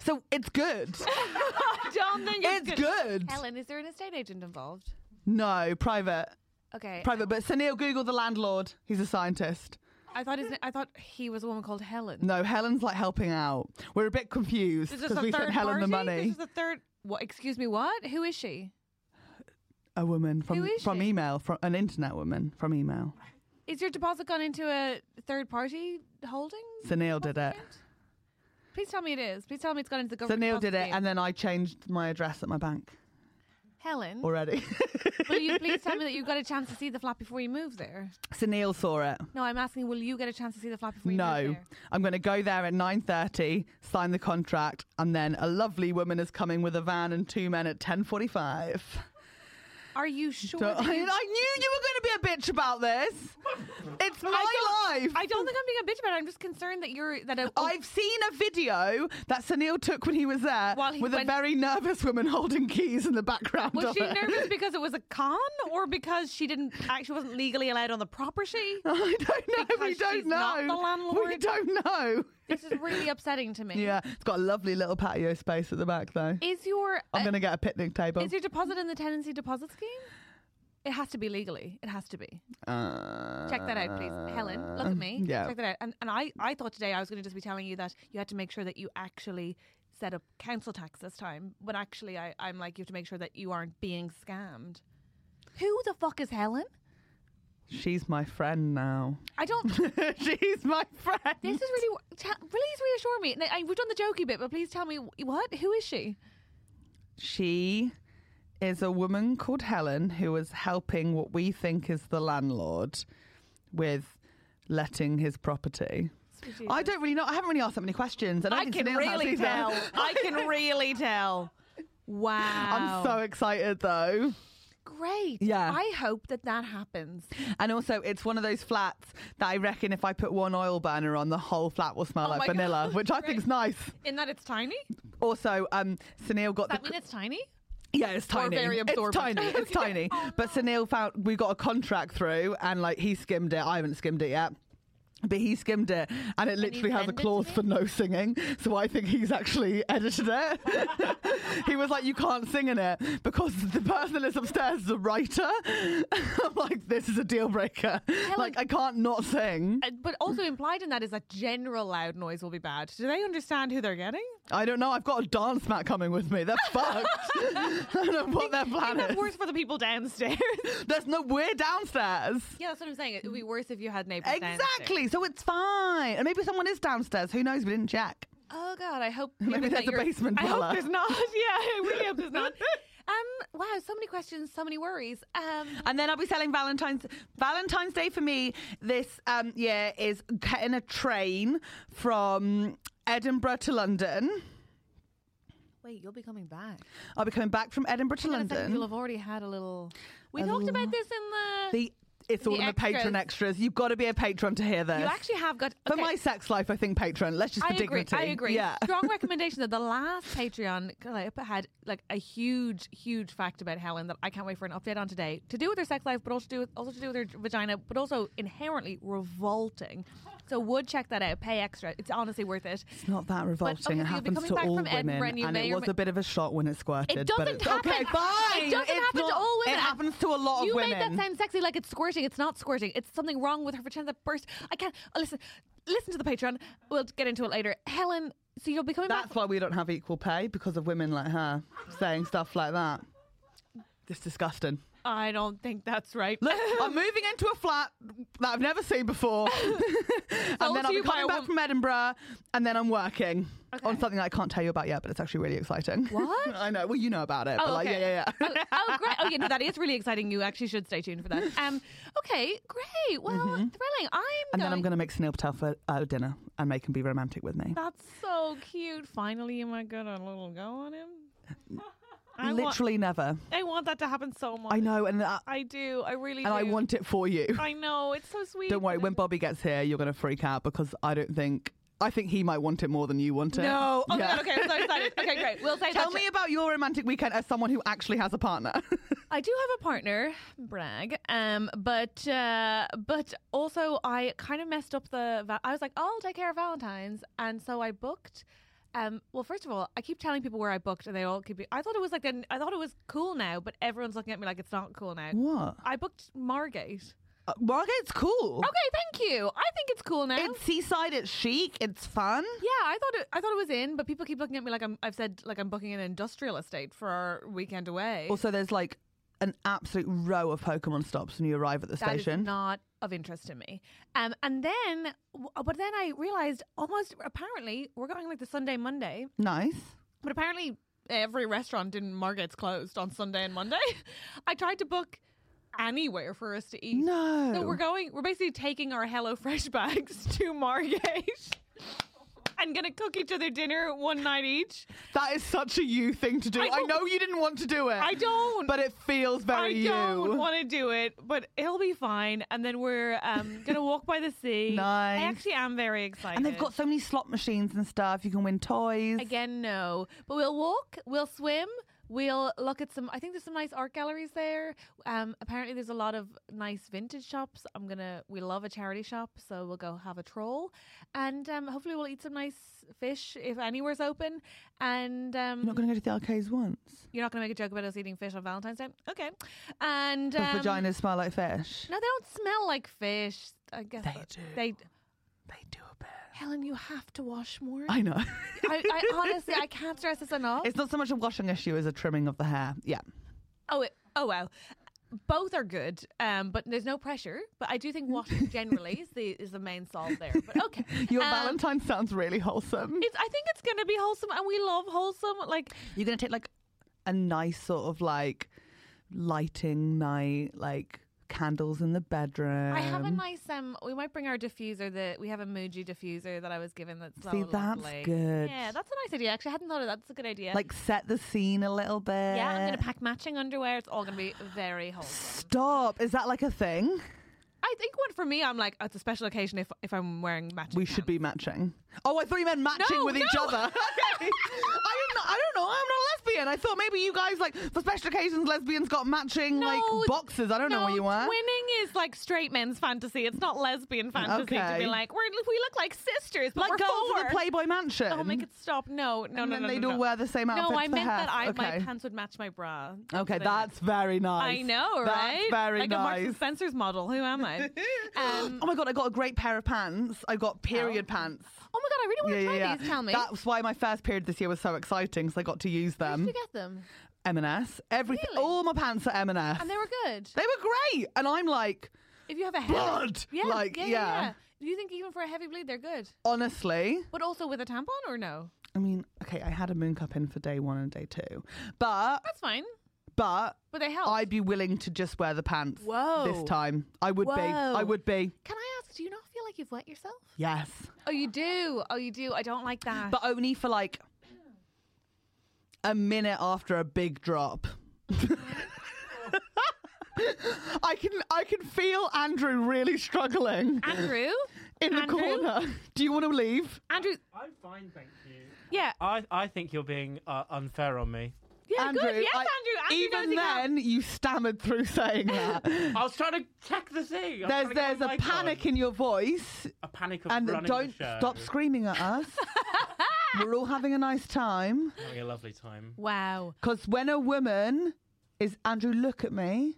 [SPEAKER 2] So it's
[SPEAKER 1] *laughs*
[SPEAKER 2] good.
[SPEAKER 1] I don't think
[SPEAKER 2] it's good.
[SPEAKER 1] Helen, is there an estate agent involved?
[SPEAKER 2] No, private.
[SPEAKER 1] Okay,
[SPEAKER 2] Private. But Sunil, Google the landlord. He's a scientist.
[SPEAKER 1] I thought his, na- I thought he was a woman called Helen.
[SPEAKER 2] No, Helen's like helping out. We're a bit confused
[SPEAKER 1] Is this
[SPEAKER 2] because
[SPEAKER 1] a
[SPEAKER 2] we
[SPEAKER 1] third
[SPEAKER 2] sent Helen the
[SPEAKER 1] party? This
[SPEAKER 2] money.
[SPEAKER 1] is the third. What? Excuse me. What? Who is she?
[SPEAKER 2] a woman
[SPEAKER 1] Who
[SPEAKER 2] from
[SPEAKER 1] is
[SPEAKER 2] from
[SPEAKER 1] she?
[SPEAKER 2] email, from an internet woman from email.
[SPEAKER 1] Is your deposit gone into a third party holding?
[SPEAKER 2] Sunil did it.
[SPEAKER 1] account? Please tell me it is. Please tell me it's gone into the government.
[SPEAKER 2] Sunil
[SPEAKER 1] deposit
[SPEAKER 2] did it,
[SPEAKER 1] scheme.
[SPEAKER 2] and then I changed my address at my bank
[SPEAKER 1] Helen,
[SPEAKER 2] already. *laughs*
[SPEAKER 1] will you please tell me that you got a chance to see the flat before you moved there?
[SPEAKER 2] Sunil saw it.
[SPEAKER 1] No, I'm asking, will you get a chance to see the flat before you move
[SPEAKER 2] No,
[SPEAKER 1] there?
[SPEAKER 2] I'm going to go there at 9:30, sign the contract, and then a lovely woman is coming with a van and two men at 10:45.
[SPEAKER 1] Are you sure?
[SPEAKER 2] So I, I
[SPEAKER 1] that
[SPEAKER 2] knew
[SPEAKER 1] you-
[SPEAKER 2] you were going to be a bitch about this. It's my life.
[SPEAKER 1] *laughs* I don't think I'm being a bitch about it. I'm just concerned that you're that a,
[SPEAKER 2] I've seen a video that Sunil took when he was there
[SPEAKER 1] While he
[SPEAKER 2] with a
[SPEAKER 1] went-
[SPEAKER 2] very nervous woman holding keys in the background.
[SPEAKER 1] was
[SPEAKER 2] of
[SPEAKER 1] she
[SPEAKER 2] it.
[SPEAKER 1] nervous because it was a con or because she didn't actually wasn't legally allowed on the property?
[SPEAKER 2] *laughs* I don't know. we
[SPEAKER 1] Because
[SPEAKER 2] don't
[SPEAKER 1] she's
[SPEAKER 2] know.
[SPEAKER 1] not the
[SPEAKER 2] We
[SPEAKER 1] landlord?
[SPEAKER 2] don't know.
[SPEAKER 1] This is
[SPEAKER 2] *laughs*
[SPEAKER 1] really upsetting to me.
[SPEAKER 2] Yeah, it's got a lovely little patio space at the back though.
[SPEAKER 1] Is your
[SPEAKER 2] I'm
[SPEAKER 1] uh,
[SPEAKER 2] going to get a picnic table.
[SPEAKER 1] is your deposit in the tenancy deposit scheme? It has to be legally. It has to be.
[SPEAKER 2] Uh,
[SPEAKER 1] Check that out, please. Helen, look at me.
[SPEAKER 2] *laughs* Yeah.
[SPEAKER 1] Check that out. And and I, I thought today I was gonna just be telling you that you had to make sure that you actually set up council tax this time. But actually I, I'm like you have to make sure that you aren't being scammed. Who the fuck is Helen?
[SPEAKER 2] She's my
[SPEAKER 1] *laughs*
[SPEAKER 2] friend now.
[SPEAKER 1] I
[SPEAKER 2] *laughs*
[SPEAKER 1] don't
[SPEAKER 2] She's my friend.
[SPEAKER 1] This is really te- please reassure me. Now, I, we've done the jokey bit, but please tell me wh- what? Who is she?
[SPEAKER 2] She is a woman called Helen who is helping what we think is the landlord with letting his property. I don't really know. I haven't really asked that many questions. And I,
[SPEAKER 1] I
[SPEAKER 2] think
[SPEAKER 1] can
[SPEAKER 2] Sunil's
[SPEAKER 1] really *laughs*
[SPEAKER 2] actually
[SPEAKER 1] tell.
[SPEAKER 2] there.
[SPEAKER 1] I can really tell. Wow.
[SPEAKER 2] *laughs* I'm so excited though.
[SPEAKER 1] great.
[SPEAKER 2] Yeah.
[SPEAKER 1] I hope that that happens.
[SPEAKER 2] And also, it's one of those flats that I reckon if I put one oil burner on, the whole flat will smell
[SPEAKER 1] Oh
[SPEAKER 2] like
[SPEAKER 1] my God.
[SPEAKER 2] vanilla, which I
[SPEAKER 1] Great.
[SPEAKER 2] think's nice.
[SPEAKER 1] In that it's tiny? Does
[SPEAKER 2] Also, um, Sunil got
[SPEAKER 1] that
[SPEAKER 2] the
[SPEAKER 1] mean it's tiny?
[SPEAKER 2] Yeah, it's
[SPEAKER 1] Or
[SPEAKER 2] tiny.
[SPEAKER 1] very
[SPEAKER 2] it's
[SPEAKER 1] absorbent.
[SPEAKER 2] tiny.
[SPEAKER 1] *laughs*
[SPEAKER 2] It's tiny. But Sunil found we got a contract through, and like he skimmed it. I haven't skimmed it yet. But he skimmed it, and it literally has a
[SPEAKER 1] send it to
[SPEAKER 2] clause
[SPEAKER 1] me?
[SPEAKER 2] for no singing. So I think he's actually edited it. *laughs* he was like, "You can't sing in it because the person that lives upstairs is a writer." *laughs* I'm like, "This is a deal breaker. Like, I can't not sing."
[SPEAKER 1] Uh, But also implied in that is that general loud noise will be bad. Do they understand who they're getting?
[SPEAKER 2] I don't know. I've got a dance mat coming with
[SPEAKER 1] *laughs*
[SPEAKER 2] me. They're fucked. *laughs* I don't know what their plan
[SPEAKER 1] That's
[SPEAKER 2] is.
[SPEAKER 1] worse for the people downstairs.
[SPEAKER 2] There's no. We're downstairs.
[SPEAKER 1] *laughs* yeah, that's what I'm saying. It would be worse if you had neighbors downstairs.
[SPEAKER 2] Exactly. So it's fine. And maybe someone is downstairs. Who knows? We didn't check.
[SPEAKER 1] Oh God, I *laughs* hope
[SPEAKER 2] Maybe
[SPEAKER 1] that
[SPEAKER 2] there's a
[SPEAKER 1] you're-
[SPEAKER 2] basement
[SPEAKER 1] I hope
[SPEAKER 2] dweller.
[SPEAKER 1] there's not. *laughs* Yeah, I really hope there's *laughs* not. Um, wow, so many questions, so many worries. Um,
[SPEAKER 2] And then I'll be selling Valentine's Valentine's Day for me this um, year is getting a train from Edinburgh to London.
[SPEAKER 1] wait, you'll be coming back.
[SPEAKER 2] I'll be coming back from Edinburgh to
[SPEAKER 1] Hang on a second, You'll
[SPEAKER 2] London.
[SPEAKER 1] have already had a little. We
[SPEAKER 2] A
[SPEAKER 1] talked
[SPEAKER 2] little-
[SPEAKER 1] about this in the.
[SPEAKER 2] The it's all
[SPEAKER 1] The
[SPEAKER 2] in the patron extras. You've got to be a patron to hear this.
[SPEAKER 1] you actually have got.
[SPEAKER 2] for
[SPEAKER 1] okay,
[SPEAKER 2] my sex life, I think patron. Let's just
[SPEAKER 1] I
[SPEAKER 2] for
[SPEAKER 1] agree.
[SPEAKER 2] dignity.
[SPEAKER 1] I agree.
[SPEAKER 2] Yeah. *laughs*
[SPEAKER 1] Strong recommendation that the last Patreon clip had like a huge, huge fact about Helen that I can't wait for an update on today. To do with her sex life, but also to do with, also to do with her vagina, but also inherently revolting. So would check that out. Pay extra. It's honestly worth it.
[SPEAKER 2] It's not that revolting.
[SPEAKER 1] okay,
[SPEAKER 2] it
[SPEAKER 1] you'll be
[SPEAKER 2] happens
[SPEAKER 1] coming
[SPEAKER 2] to
[SPEAKER 1] back
[SPEAKER 2] all
[SPEAKER 1] from
[SPEAKER 2] women,
[SPEAKER 1] Edinburgh and
[SPEAKER 2] and,
[SPEAKER 1] you may
[SPEAKER 2] it
[SPEAKER 1] or
[SPEAKER 2] was
[SPEAKER 1] may-
[SPEAKER 2] a bit of a shock when it squirted.
[SPEAKER 1] It
[SPEAKER 2] but
[SPEAKER 1] doesn't
[SPEAKER 2] it's,
[SPEAKER 1] happen.
[SPEAKER 2] Okay, fine.
[SPEAKER 1] It doesn't
[SPEAKER 2] It's
[SPEAKER 1] happen to
[SPEAKER 2] not-
[SPEAKER 1] all women.
[SPEAKER 2] It happens to a lot
[SPEAKER 1] you
[SPEAKER 2] of women.
[SPEAKER 1] made that sound sexy, like it's squirting. It's not squirting. It's something wrong with her vagina that burst. I can't. Oh, listen, listen to the Patreon. We'll get into it later. Helen, so you'll be coming back.
[SPEAKER 2] That's why we don't have equal pay because of women like her saying stuff like that.
[SPEAKER 1] *laughs*
[SPEAKER 2] It's disgusting.
[SPEAKER 1] I don't think that's right.
[SPEAKER 2] Look, I'm moving into a flat that I've never
[SPEAKER 1] *laughs*
[SPEAKER 2] seen before, and
[SPEAKER 1] Sold
[SPEAKER 2] then
[SPEAKER 1] to
[SPEAKER 2] I'll be
[SPEAKER 1] you by a
[SPEAKER 2] coming back
[SPEAKER 1] wom-
[SPEAKER 2] from Edinburgh, and then I'm working on
[SPEAKER 1] Okay.
[SPEAKER 2] something I can't tell you about yet, but it's actually really exciting.
[SPEAKER 1] What?
[SPEAKER 2] *laughs* I know. Well, you know about it. but like,
[SPEAKER 1] okay.
[SPEAKER 2] yeah, yeah, yeah.
[SPEAKER 1] oh, oh, great. Oh, yeah, no, that is really exciting. You actually should stay tuned for that. Um, okay, great. Well, thrilling. I'm
[SPEAKER 2] Mm-hmm. And
[SPEAKER 1] going.
[SPEAKER 2] then I'm going to make Sunil Patel for uh, dinner and make him be romantic with me.
[SPEAKER 1] That's so cute. Finally, am I gonna little go on him? I want,
[SPEAKER 2] Literally never.
[SPEAKER 1] I want that to happen so much.
[SPEAKER 2] I know, and I,
[SPEAKER 1] I do. I really
[SPEAKER 2] and
[SPEAKER 1] do.
[SPEAKER 2] I want it for you.
[SPEAKER 1] I know. It's so sweet.
[SPEAKER 2] Don't worry, when Bobby gets here, you're going to freak out because I don't think. I think he might want it more than you want it.
[SPEAKER 1] No. Oh, my
[SPEAKER 2] Yeah.
[SPEAKER 1] God. Okay. I'm so excited. Okay, great.
[SPEAKER 2] *laughs*
[SPEAKER 1] We'll say
[SPEAKER 2] Tell
[SPEAKER 1] that.
[SPEAKER 2] me about your romantic weekend as someone who actually has a partner. *laughs*
[SPEAKER 1] I do have a partner, brag. Um, but uh, but also I kind of messed up the. Va- I was like, oh, I'll take care of Valentine's, and so I booked. Um, well, first of all, I keep telling people where I booked, and they all keep. I thought it was like an, I thought it was cool now, but everyone's looking at me like it's not cool now.
[SPEAKER 2] what?
[SPEAKER 1] I booked Margate.
[SPEAKER 2] Uh, Margaret, it's cool.
[SPEAKER 1] Okay, thank you. I think it's cool now.
[SPEAKER 2] It's seaside, it's chic, it's fun.
[SPEAKER 1] yeah, I thought it, I thought it was in, but people keep looking at me like I'm. I've said like I'm booking an industrial estate for our weekend away.
[SPEAKER 2] Also, there's like an absolute row of Pokemon stops when you arrive at the
[SPEAKER 1] That is
[SPEAKER 2] station.
[SPEAKER 1] not of interest to me. Um, and then, w- uh, but then I realized almost apparently we're going like the Sunday Monday,
[SPEAKER 2] nice.
[SPEAKER 1] but apparently every restaurant in Margate's closed on Sunday and Monday. *laughs* I tried to book anywhere for us to eat.
[SPEAKER 2] No.
[SPEAKER 1] So we're going. We're basically taking our HelloFresh *laughs* bags to Margate. *laughs* And gonna cook each other dinner one night each.
[SPEAKER 2] that is such a you thing to do.
[SPEAKER 1] I
[SPEAKER 2] I,
[SPEAKER 1] don't-
[SPEAKER 2] know you didn't want to do it.
[SPEAKER 1] I don't.
[SPEAKER 2] But it feels very
[SPEAKER 1] I don't
[SPEAKER 2] you.
[SPEAKER 1] want to do it, but it'll be fine. And then we're um, gonna walk by the
[SPEAKER 2] *laughs*
[SPEAKER 1] sea.
[SPEAKER 2] Nice.
[SPEAKER 1] I actually am very excited.
[SPEAKER 2] and they've got so many slot machines and stuff. You can win toys.
[SPEAKER 1] again, no. But we'll walk. We'll swim. We'll look at some. I think there's some nice art galleries there. Um, apparently, there's a lot of nice vintage shops. I'm gonna. We love a charity shop, so we'll go have a troll, and um, hopefully, we'll eat some nice fish if anywhere's open. And um,
[SPEAKER 2] You're not going to go to the arcades once.
[SPEAKER 1] you're not gonna make a joke about us eating fish on Valentine's Day, okay? And
[SPEAKER 2] The
[SPEAKER 1] um,
[SPEAKER 2] vaginas smell like fish.
[SPEAKER 1] No, they don't smell like fish. I guess
[SPEAKER 2] They
[SPEAKER 1] that-
[SPEAKER 2] do.
[SPEAKER 1] They,
[SPEAKER 2] They do a bit.
[SPEAKER 1] Helen, you have to wash more. I,
[SPEAKER 2] I *laughs* know.
[SPEAKER 1] I, honestly, I can't stress this enough.
[SPEAKER 2] it's not so much a washing issue as a trimming of the hair. Yeah.
[SPEAKER 1] oh, it, oh wow. Both are good, um, but there's no pressure. But I do think
[SPEAKER 2] *laughs*
[SPEAKER 1] washing generally is the is the main solve there. But okay,
[SPEAKER 2] Your
[SPEAKER 1] Um,
[SPEAKER 2] Valentine sounds really wholesome.
[SPEAKER 1] It's, I think it's going to be wholesome, and we love wholesome. Like
[SPEAKER 2] You're going to take like a nice sort of like lighting night, like candles in the bedroom.
[SPEAKER 1] I have a nice um. We might bring our diffuser. That we have a Muji diffuser that I was given. That's so
[SPEAKER 2] See, that's
[SPEAKER 1] lovely.
[SPEAKER 2] good.
[SPEAKER 1] Yeah, that's a nice idea. Actually, I hadn't thought of that. That's a good idea.
[SPEAKER 2] Like uh, set the scene a little bit.
[SPEAKER 1] yeah, I'm going to pack matching underwear. It's all going to be very wholesome.
[SPEAKER 2] Stop. Is that like a thing?
[SPEAKER 1] I think one for me, I'm like, "Oh, it's a special occasion if if I'm wearing matching.
[SPEAKER 2] We should be
[SPEAKER 1] pants.
[SPEAKER 2] matching. Oh, I thought you meant matching
[SPEAKER 1] No,
[SPEAKER 2] with each
[SPEAKER 1] no.
[SPEAKER 2] other.
[SPEAKER 1] *laughs*
[SPEAKER 2] *laughs* Okay. I, am not, I don't know. I'm not a lesbian. I thought maybe you guys, like, for special occasions, lesbians got matching, like,
[SPEAKER 1] No,
[SPEAKER 2] boxes. I don't know what you want.
[SPEAKER 1] Twinning is like straight men's fantasy. It's not lesbian fantasy to be
[SPEAKER 2] Okay.
[SPEAKER 1] like we're, we look like sisters, but we're
[SPEAKER 2] Like, go
[SPEAKER 1] four.
[SPEAKER 2] to the Playboy Mansion.
[SPEAKER 1] Oh, make it stop! No, no,
[SPEAKER 2] and
[SPEAKER 1] no,
[SPEAKER 2] then
[SPEAKER 1] no,
[SPEAKER 2] they'd
[SPEAKER 1] no,
[SPEAKER 2] all
[SPEAKER 1] no.
[SPEAKER 2] wear the same outfit.
[SPEAKER 1] No, I
[SPEAKER 2] for
[SPEAKER 1] meant
[SPEAKER 2] half.
[SPEAKER 1] that I,
[SPEAKER 2] okay.
[SPEAKER 1] my pants would match my bra.
[SPEAKER 2] Okay,
[SPEAKER 1] what I meant.
[SPEAKER 2] that's very nice.
[SPEAKER 1] I know,
[SPEAKER 2] That's
[SPEAKER 1] right?
[SPEAKER 2] very
[SPEAKER 1] like a Marks
[SPEAKER 2] nice.
[SPEAKER 1] and Spencer's model. Who am
[SPEAKER 2] *laughs*
[SPEAKER 1] I? um,
[SPEAKER 2] oh my god, I got a great pair of pants. I got period pants.
[SPEAKER 1] oh my god, I really want
[SPEAKER 2] Yeah,
[SPEAKER 1] to
[SPEAKER 2] yeah,
[SPEAKER 1] try
[SPEAKER 2] yeah.
[SPEAKER 1] these. Tell me,
[SPEAKER 2] That's why my first period this year was so exciting because I got to use
[SPEAKER 1] where did
[SPEAKER 2] them.
[SPEAKER 1] you get them?
[SPEAKER 2] M&S, everything.
[SPEAKER 1] Really?
[SPEAKER 2] All my pants are M&S.
[SPEAKER 1] And they were good.
[SPEAKER 2] They were great, and I'm like,
[SPEAKER 1] If you have a heavy,
[SPEAKER 2] blood.
[SPEAKER 1] yeah,
[SPEAKER 2] like,
[SPEAKER 1] yeah,
[SPEAKER 2] yeah,
[SPEAKER 1] yeah, yeah. Do you think even for a heavy bleed, they're good?
[SPEAKER 2] Honestly,
[SPEAKER 1] But also with a tampon or no?
[SPEAKER 2] I mean, okay, I had a moon cup in for day one and day two, but
[SPEAKER 1] That's fine.
[SPEAKER 2] but
[SPEAKER 1] But they help.
[SPEAKER 2] I'd be willing to just wear the pants this
[SPEAKER 1] Oh. Whoa.
[SPEAKER 2] time. I would be. I
[SPEAKER 1] Whoa.
[SPEAKER 2] would be.
[SPEAKER 1] Can I ask, do you not feel like you've wet yourself?
[SPEAKER 2] Yes,
[SPEAKER 1] Oh, you do. Oh, you do. I don't like that.
[SPEAKER 2] but only for like a minute after a big drop. *laughs* I can I can feel Andrew really struggling
[SPEAKER 1] Andrew?
[SPEAKER 2] *gasps* in the
[SPEAKER 1] Andrew?
[SPEAKER 2] corner. Do you want to leave?
[SPEAKER 1] Andrew.
[SPEAKER 4] I'm fine, thank you.
[SPEAKER 1] Yeah.
[SPEAKER 4] I, I think you're being uh, unfair on me.
[SPEAKER 1] Yeah,
[SPEAKER 2] Andrew,
[SPEAKER 1] Oh, good. Yes,
[SPEAKER 2] I-
[SPEAKER 1] Andrew. Andrew knows
[SPEAKER 2] even
[SPEAKER 1] he can-
[SPEAKER 2] then, you stammered through
[SPEAKER 1] *laughs*
[SPEAKER 2] saying that.
[SPEAKER 4] I was trying to check the thing. I
[SPEAKER 2] there's
[SPEAKER 4] was trying to get
[SPEAKER 2] there's
[SPEAKER 4] my
[SPEAKER 2] a
[SPEAKER 4] mic
[SPEAKER 2] panic
[SPEAKER 4] on.
[SPEAKER 2] in your voice,
[SPEAKER 4] a panic of
[SPEAKER 2] and
[SPEAKER 4] running
[SPEAKER 2] don't
[SPEAKER 4] the show.
[SPEAKER 2] stop screaming at
[SPEAKER 4] *laughs*
[SPEAKER 2] us. We're all having a nice time
[SPEAKER 4] Having a lovely time.
[SPEAKER 1] Wow.
[SPEAKER 2] because when a woman is Andrew, look at me.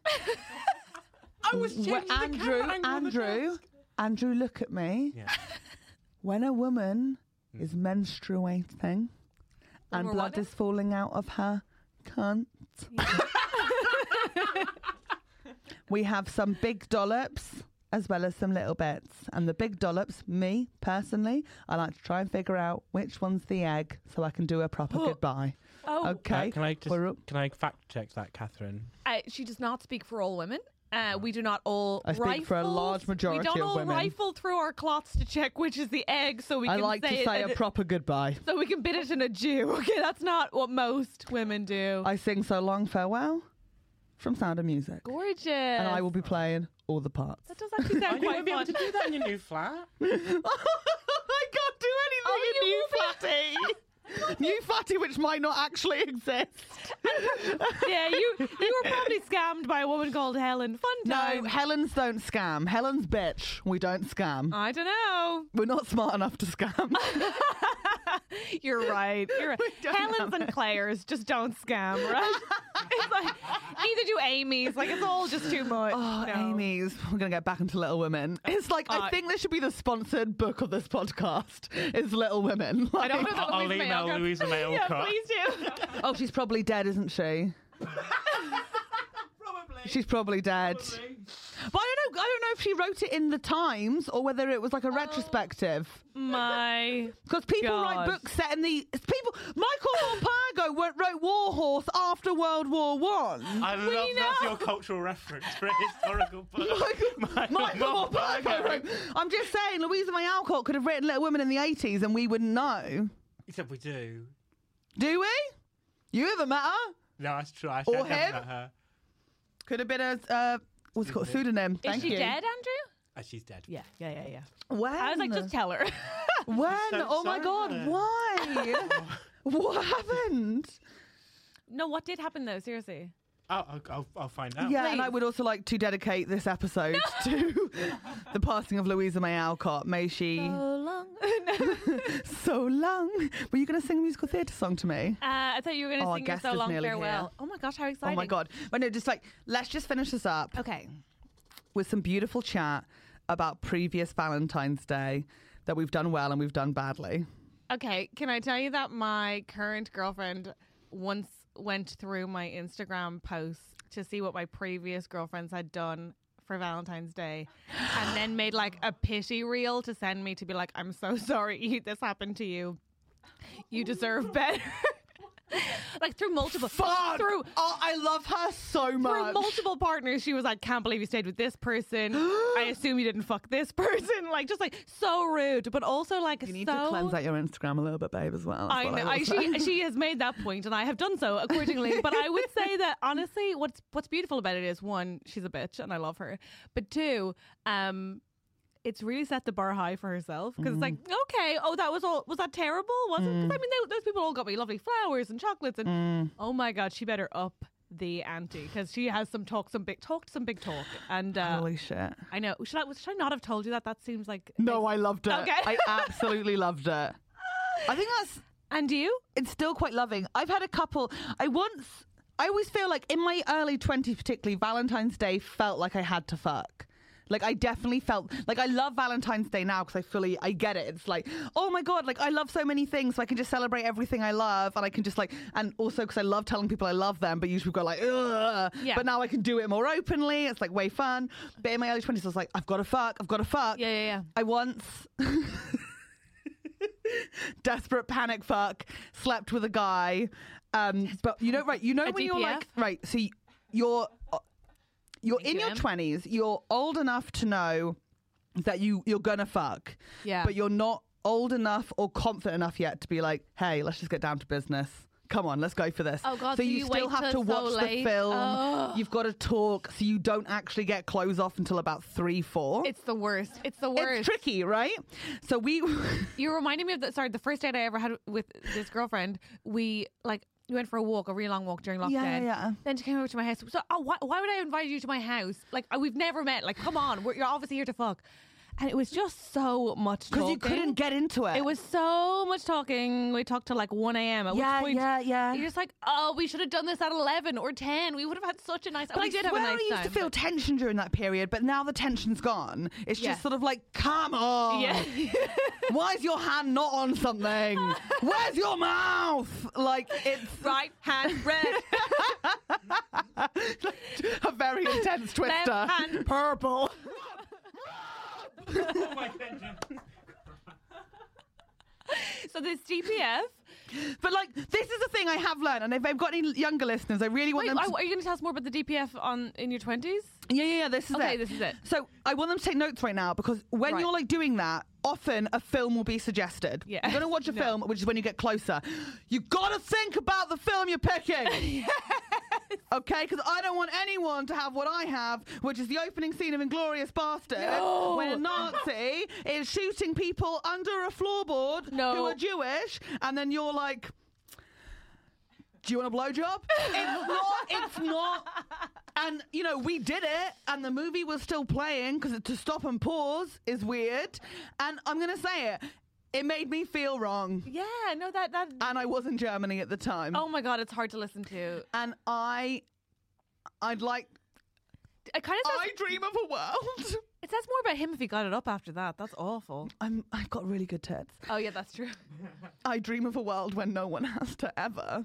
[SPEAKER 4] I was
[SPEAKER 2] Where Andrew, Andrew, Andrew, look at me.
[SPEAKER 4] Yeah.
[SPEAKER 2] When a woman
[SPEAKER 4] Mm-hmm.
[SPEAKER 2] is menstruating and
[SPEAKER 1] we're
[SPEAKER 2] blood
[SPEAKER 1] what?
[SPEAKER 2] is falling out of her cunt. *laughs* we have some big dollops as well as some little bits. And the big dollops, me personally, I like to try and figure out which one's the egg so I can do a proper goodbye.
[SPEAKER 1] Oh,
[SPEAKER 2] Okay.
[SPEAKER 4] Uh, can I just
[SPEAKER 2] We're up.
[SPEAKER 4] can I fact check that, Catherine?
[SPEAKER 1] uh, she does not speak for all women. Uh, we do not all
[SPEAKER 2] I speak for a
[SPEAKER 1] rifle-
[SPEAKER 2] large majority
[SPEAKER 1] We don't
[SPEAKER 2] of
[SPEAKER 1] all
[SPEAKER 2] women.
[SPEAKER 1] rifle through our clots to check which is the egg, so we
[SPEAKER 2] I
[SPEAKER 1] can
[SPEAKER 2] like
[SPEAKER 1] say
[SPEAKER 2] to say
[SPEAKER 1] it,
[SPEAKER 2] a proper goodbye.
[SPEAKER 1] so we can bid it in a Jew. *laughs* Okay, that's not what most women do.
[SPEAKER 2] I sing So Long Farewell from Sound of Music.
[SPEAKER 1] Gorgeous.
[SPEAKER 2] And I will be playing all the parts.
[SPEAKER 1] That does
[SPEAKER 4] *laughs*
[SPEAKER 1] actually
[SPEAKER 4] Are
[SPEAKER 1] sound
[SPEAKER 4] you going to
[SPEAKER 1] quite
[SPEAKER 4] be able to
[SPEAKER 1] fun. *laughs*
[SPEAKER 4] do that in your new
[SPEAKER 2] *laughs*
[SPEAKER 4] flat?
[SPEAKER 2] I can't do anything
[SPEAKER 1] Oh,
[SPEAKER 2] in
[SPEAKER 1] you
[SPEAKER 2] New
[SPEAKER 1] will
[SPEAKER 2] *laughs* Fatty. New Fatty, which might not actually exist.
[SPEAKER 1] yeah, you you were probably scammed by a woman called Helen. Fun
[SPEAKER 2] No,
[SPEAKER 1] time.
[SPEAKER 2] Helen's don't scam. Helen's bitch. We don't scam.
[SPEAKER 1] I don't know.
[SPEAKER 2] We're not smart enough to scam.
[SPEAKER 1] You're right. *laughs* You're right.
[SPEAKER 2] don't
[SPEAKER 1] Helen's and Claire's just don't scam, right? *laughs* it's like neither do Amy's. Like it's all just too much.
[SPEAKER 2] *laughs* Oh,
[SPEAKER 1] No.
[SPEAKER 2] Amy's. We're going to get back into Little Women. It's like, I
[SPEAKER 1] Uh,
[SPEAKER 2] think this should be the sponsored book of this podcast is Little Women. *laughs*
[SPEAKER 1] I don't know
[SPEAKER 2] Like-
[SPEAKER 1] that
[SPEAKER 4] I'll
[SPEAKER 1] Louisa May
[SPEAKER 4] email
[SPEAKER 1] Alcott-
[SPEAKER 4] Louisa May
[SPEAKER 1] Yeah,
[SPEAKER 4] Alcott.
[SPEAKER 1] please do.
[SPEAKER 2] Oh, she's probably dead, isn't she? She's probably dead. But I don't know. I don't know if she wrote it in the Times or whether it was like a retrospective.
[SPEAKER 1] *laughs* My.
[SPEAKER 2] Because people write
[SPEAKER 1] God.
[SPEAKER 2] books set in the it's people. Michael Morpago wrote, wrote War Horse after World
[SPEAKER 1] *laughs*
[SPEAKER 2] War One.
[SPEAKER 4] I love that's
[SPEAKER 1] know.
[SPEAKER 4] your cultural reference for a
[SPEAKER 2] *laughs*
[SPEAKER 4] historical book. Michael
[SPEAKER 1] Oh,
[SPEAKER 2] Michael
[SPEAKER 4] Morpago.
[SPEAKER 2] Morpago wrote. I'm just saying, Louisa May Alcott could have written Little Women in the 80s, and we wouldn't know.
[SPEAKER 4] Except we do.
[SPEAKER 2] Do we? You ever met her?
[SPEAKER 4] No, that's true. I
[SPEAKER 2] Or
[SPEAKER 4] said
[SPEAKER 2] him?
[SPEAKER 4] her.
[SPEAKER 2] Could have been a uh, what's it called? Pseudonym.
[SPEAKER 1] Mm-hmm. Is
[SPEAKER 2] Thank
[SPEAKER 1] she
[SPEAKER 2] you.
[SPEAKER 1] dead, Andrew?
[SPEAKER 4] Uh, she's dead.
[SPEAKER 1] Yeah, yeah, yeah, yeah.
[SPEAKER 2] When?
[SPEAKER 1] I was like, just tell her.
[SPEAKER 2] when?
[SPEAKER 4] so
[SPEAKER 2] oh my God!
[SPEAKER 1] *laughs*
[SPEAKER 4] sad.
[SPEAKER 2] Why? what happened?
[SPEAKER 1] no, what did happen though? Seriously.
[SPEAKER 4] I'll, Oh, I'll, I'll, I'll find out.
[SPEAKER 2] Yeah, and I
[SPEAKER 1] Oh. Please.
[SPEAKER 2] would also like to dedicate this episode
[SPEAKER 1] *laughs*
[SPEAKER 2] to the passing of Louisa May Alcott. May she
[SPEAKER 1] Oh. *laughs* long.
[SPEAKER 2] so long. Were you going to sing a musical theatre song to me?
[SPEAKER 1] Uh, I thought you were going to
[SPEAKER 2] Oh, our
[SPEAKER 1] sing your
[SPEAKER 2] guest
[SPEAKER 1] so
[SPEAKER 2] is
[SPEAKER 1] long
[SPEAKER 2] nearly
[SPEAKER 1] farewell.
[SPEAKER 2] here.
[SPEAKER 1] Oh my gosh, how exciting!
[SPEAKER 2] Oh my god! But no, just like let's just finish this up
[SPEAKER 1] Okay.
[SPEAKER 2] with some beautiful chat about previous Valentine's Day that we've done well and we've done badly.
[SPEAKER 1] Okay, can I tell you that my current girlfriend once went through my Instagram posts to see what my previous girlfriends had done for Valentine's Day and
[SPEAKER 2] *gasps*
[SPEAKER 1] then made like a pity reel to send me to be like, I'm so *laughs* sorry you, this happened to you. You deserve
[SPEAKER 2] *laughs*
[SPEAKER 1] better. like through multiple through
[SPEAKER 2] Oh, I love her so
[SPEAKER 1] through
[SPEAKER 2] much.
[SPEAKER 1] multiple partners, she was like, "Can't believe you stayed with this
[SPEAKER 2] *gasps*
[SPEAKER 1] person. I assume you didn't fuck this *laughs* person." Like, just like so rude, but also like
[SPEAKER 2] you need
[SPEAKER 1] so
[SPEAKER 2] to cleanse out your Instagram a little bit, babe, as well. That's
[SPEAKER 1] I
[SPEAKER 2] what
[SPEAKER 1] know.
[SPEAKER 2] will
[SPEAKER 1] I,
[SPEAKER 2] say.
[SPEAKER 1] she, she has made that point, and I have done so accordingly. but I would say that honestly, what's what's beautiful about it is one, she's a bitch, and I love her. But two, um, it's really set the bar high for herself because it's like, okay, oh, that was all. Was that terrible? Was not Because I mean, they, those people all got me lovely flowers and chocolates, and oh my god, she better up the ante because she has some talk, some big talked some big talk, and uh,
[SPEAKER 2] *laughs* Holy shit.
[SPEAKER 1] I know. Should I should I not have told you that? That seems like
[SPEAKER 2] No, I loved it.
[SPEAKER 1] Okay.
[SPEAKER 2] I absolutely loved it. I think that's
[SPEAKER 1] And you?
[SPEAKER 2] it's still quite loving. I've had a couple. I once, I always feel like in my early 20s, particularly, Valentine's Day felt like I had to fuck. Like I definitely felt like I love Valentine's Day now because I fully I get it. It's like oh my god, like I love so many things, so I can just celebrate everything I love, and I can just like and also because I love telling people I love them, but usually we go like ugh.
[SPEAKER 1] Yeah.
[SPEAKER 2] But now I can do it more openly. It's like way fun. But in my early twenties, I was like I've got to fuck, I've got to fuck.
[SPEAKER 1] Yeah, yeah, yeah.
[SPEAKER 2] I once, *laughs* desperate panic fuck, slept with a guy. Um, but you know, right? You know
[SPEAKER 1] A
[SPEAKER 2] when you're
[SPEAKER 1] DPF?
[SPEAKER 2] like, right? So y- you're uh, you're in your
[SPEAKER 1] AGM.
[SPEAKER 2] twenties. You're old enough to know that you you're gonna fuck.
[SPEAKER 1] Yeah.
[SPEAKER 2] But you're not old enough or confident enough yet to be like, hey, let's just get down to business. Come on, let's go for this.
[SPEAKER 1] Oh, God, so
[SPEAKER 2] So you,
[SPEAKER 1] you
[SPEAKER 2] still
[SPEAKER 1] wait
[SPEAKER 2] have to
[SPEAKER 1] till so
[SPEAKER 2] watch the
[SPEAKER 1] late.
[SPEAKER 2] film.
[SPEAKER 1] Ugh.
[SPEAKER 2] You've got to talk. So you don't actually get clothes off until about three, four.
[SPEAKER 1] It's the worst. It's the worst.
[SPEAKER 2] It's tricky, right? So we *laughs*
[SPEAKER 1] You reminded me of that. Sorry, the first date I ever had with this girlfriend, we like we went for a walk, a really long walk during lockdown.
[SPEAKER 2] yeah, yeah.
[SPEAKER 1] Then she came over to my house. So, oh, why, why would I invite you to my house? Like, oh, we've never met. Like, come on, we're, you're obviously here to fuck. And it was just so much
[SPEAKER 2] because
[SPEAKER 1] talking.
[SPEAKER 2] you couldn't get into it.
[SPEAKER 1] It was so much talking. We talked till like one a.m. At
[SPEAKER 2] Yeah,
[SPEAKER 1] which point,
[SPEAKER 2] yeah, yeah.
[SPEAKER 1] You're just like, oh, we should have done this at eleven or ten. We would have had such a nice.
[SPEAKER 2] But
[SPEAKER 1] we
[SPEAKER 2] I
[SPEAKER 1] did have a
[SPEAKER 2] swear
[SPEAKER 1] nice
[SPEAKER 2] I used
[SPEAKER 1] time.
[SPEAKER 2] to feel tension during that period, but now the tension's gone. It's
[SPEAKER 1] Yeah.
[SPEAKER 2] just sort of like, come on.
[SPEAKER 1] yeah.
[SPEAKER 2] *laughs* Why is your hand not on something? Where's your mouth? Like it's
[SPEAKER 1] *laughs* right hand
[SPEAKER 2] *laughs*
[SPEAKER 1] red.
[SPEAKER 2] a very
[SPEAKER 1] *laughs*
[SPEAKER 2] intense twister.
[SPEAKER 1] hand.
[SPEAKER 2] Purple.
[SPEAKER 4] Oh my goodness.
[SPEAKER 1] so this DPF.
[SPEAKER 2] But like, this is the thing I have learned, and if I've got any younger listeners, I really want
[SPEAKER 1] Wait,
[SPEAKER 2] them.
[SPEAKER 1] are
[SPEAKER 2] To,
[SPEAKER 1] are you going to tell us more about the DPF on in your twenties?
[SPEAKER 2] yeah, yeah, yeah. This is
[SPEAKER 1] Okay,
[SPEAKER 2] it.
[SPEAKER 1] this is it.
[SPEAKER 2] So I want them to take notes right now because when
[SPEAKER 1] Right.
[SPEAKER 2] you're like doing that, often a film will be suggested.
[SPEAKER 1] Yeah.
[SPEAKER 2] You're
[SPEAKER 1] *laughs*
[SPEAKER 2] gonna watch a film, which is when you get closer. You gotta think about the film
[SPEAKER 1] *laughs*
[SPEAKER 2] you're picking. Okay, because I don't want anyone to have what I have, which is the opening scene of Inglorious Bastard,
[SPEAKER 1] No.
[SPEAKER 2] when a Nazi is shooting people under a floorboard who
[SPEAKER 1] No.
[SPEAKER 2] are Jewish, and then you're like, "Do you want a blowjob?" it's not. It's not. And you know, we did it, and the movie was still playing because to stop and pause is weird. And I'm gonna say it, it made me feel wrong,
[SPEAKER 1] Yeah, no, that that.
[SPEAKER 2] and I was in Germany at the time,
[SPEAKER 1] oh my god, it's hard to listen to.
[SPEAKER 2] and I, I'd like,
[SPEAKER 1] It kind of
[SPEAKER 2] I
[SPEAKER 1] says,
[SPEAKER 2] dream of
[SPEAKER 1] *laughs*
[SPEAKER 2] a world.
[SPEAKER 1] it says more about him if he got it up after that. That's awful.
[SPEAKER 2] I'm, I've got really good tits.
[SPEAKER 1] Oh yeah, that's true.
[SPEAKER 2] *laughs* I dream of a world where no one has to ever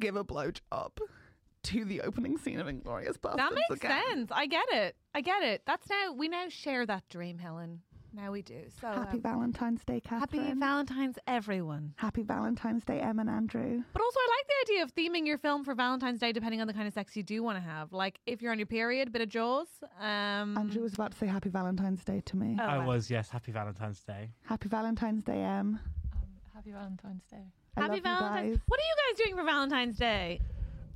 [SPEAKER 2] give a blowjob to the opening scene of Inglorious Bastards.
[SPEAKER 1] That makes
[SPEAKER 2] again.
[SPEAKER 1] sense. I get it. I get it. That's now we now share that dream, Helen. Now we do. So
[SPEAKER 2] Happy
[SPEAKER 1] um,
[SPEAKER 2] Valentine's Day,
[SPEAKER 1] happy
[SPEAKER 2] Catherine.
[SPEAKER 1] Valentine's, everyone.
[SPEAKER 2] Happy Valentine's Day, Em and Andrew.
[SPEAKER 1] But also, I like the idea of theming your film for Valentine's Day, depending on the kind of sex you do want to have. Like if you're on your period, bit of Jaws. Um,
[SPEAKER 2] Andrew was about to say Happy Valentine's Day to me.
[SPEAKER 1] oh,
[SPEAKER 4] I
[SPEAKER 1] wow.
[SPEAKER 4] was, yes. Happy Valentine's Day.
[SPEAKER 2] Happy Valentine's Day, Em.
[SPEAKER 5] Um, happy Valentine's Day.
[SPEAKER 2] I
[SPEAKER 1] Happy
[SPEAKER 2] love
[SPEAKER 1] Valentine's.
[SPEAKER 2] You guys.
[SPEAKER 1] What are you guys doing for Valentine's Day?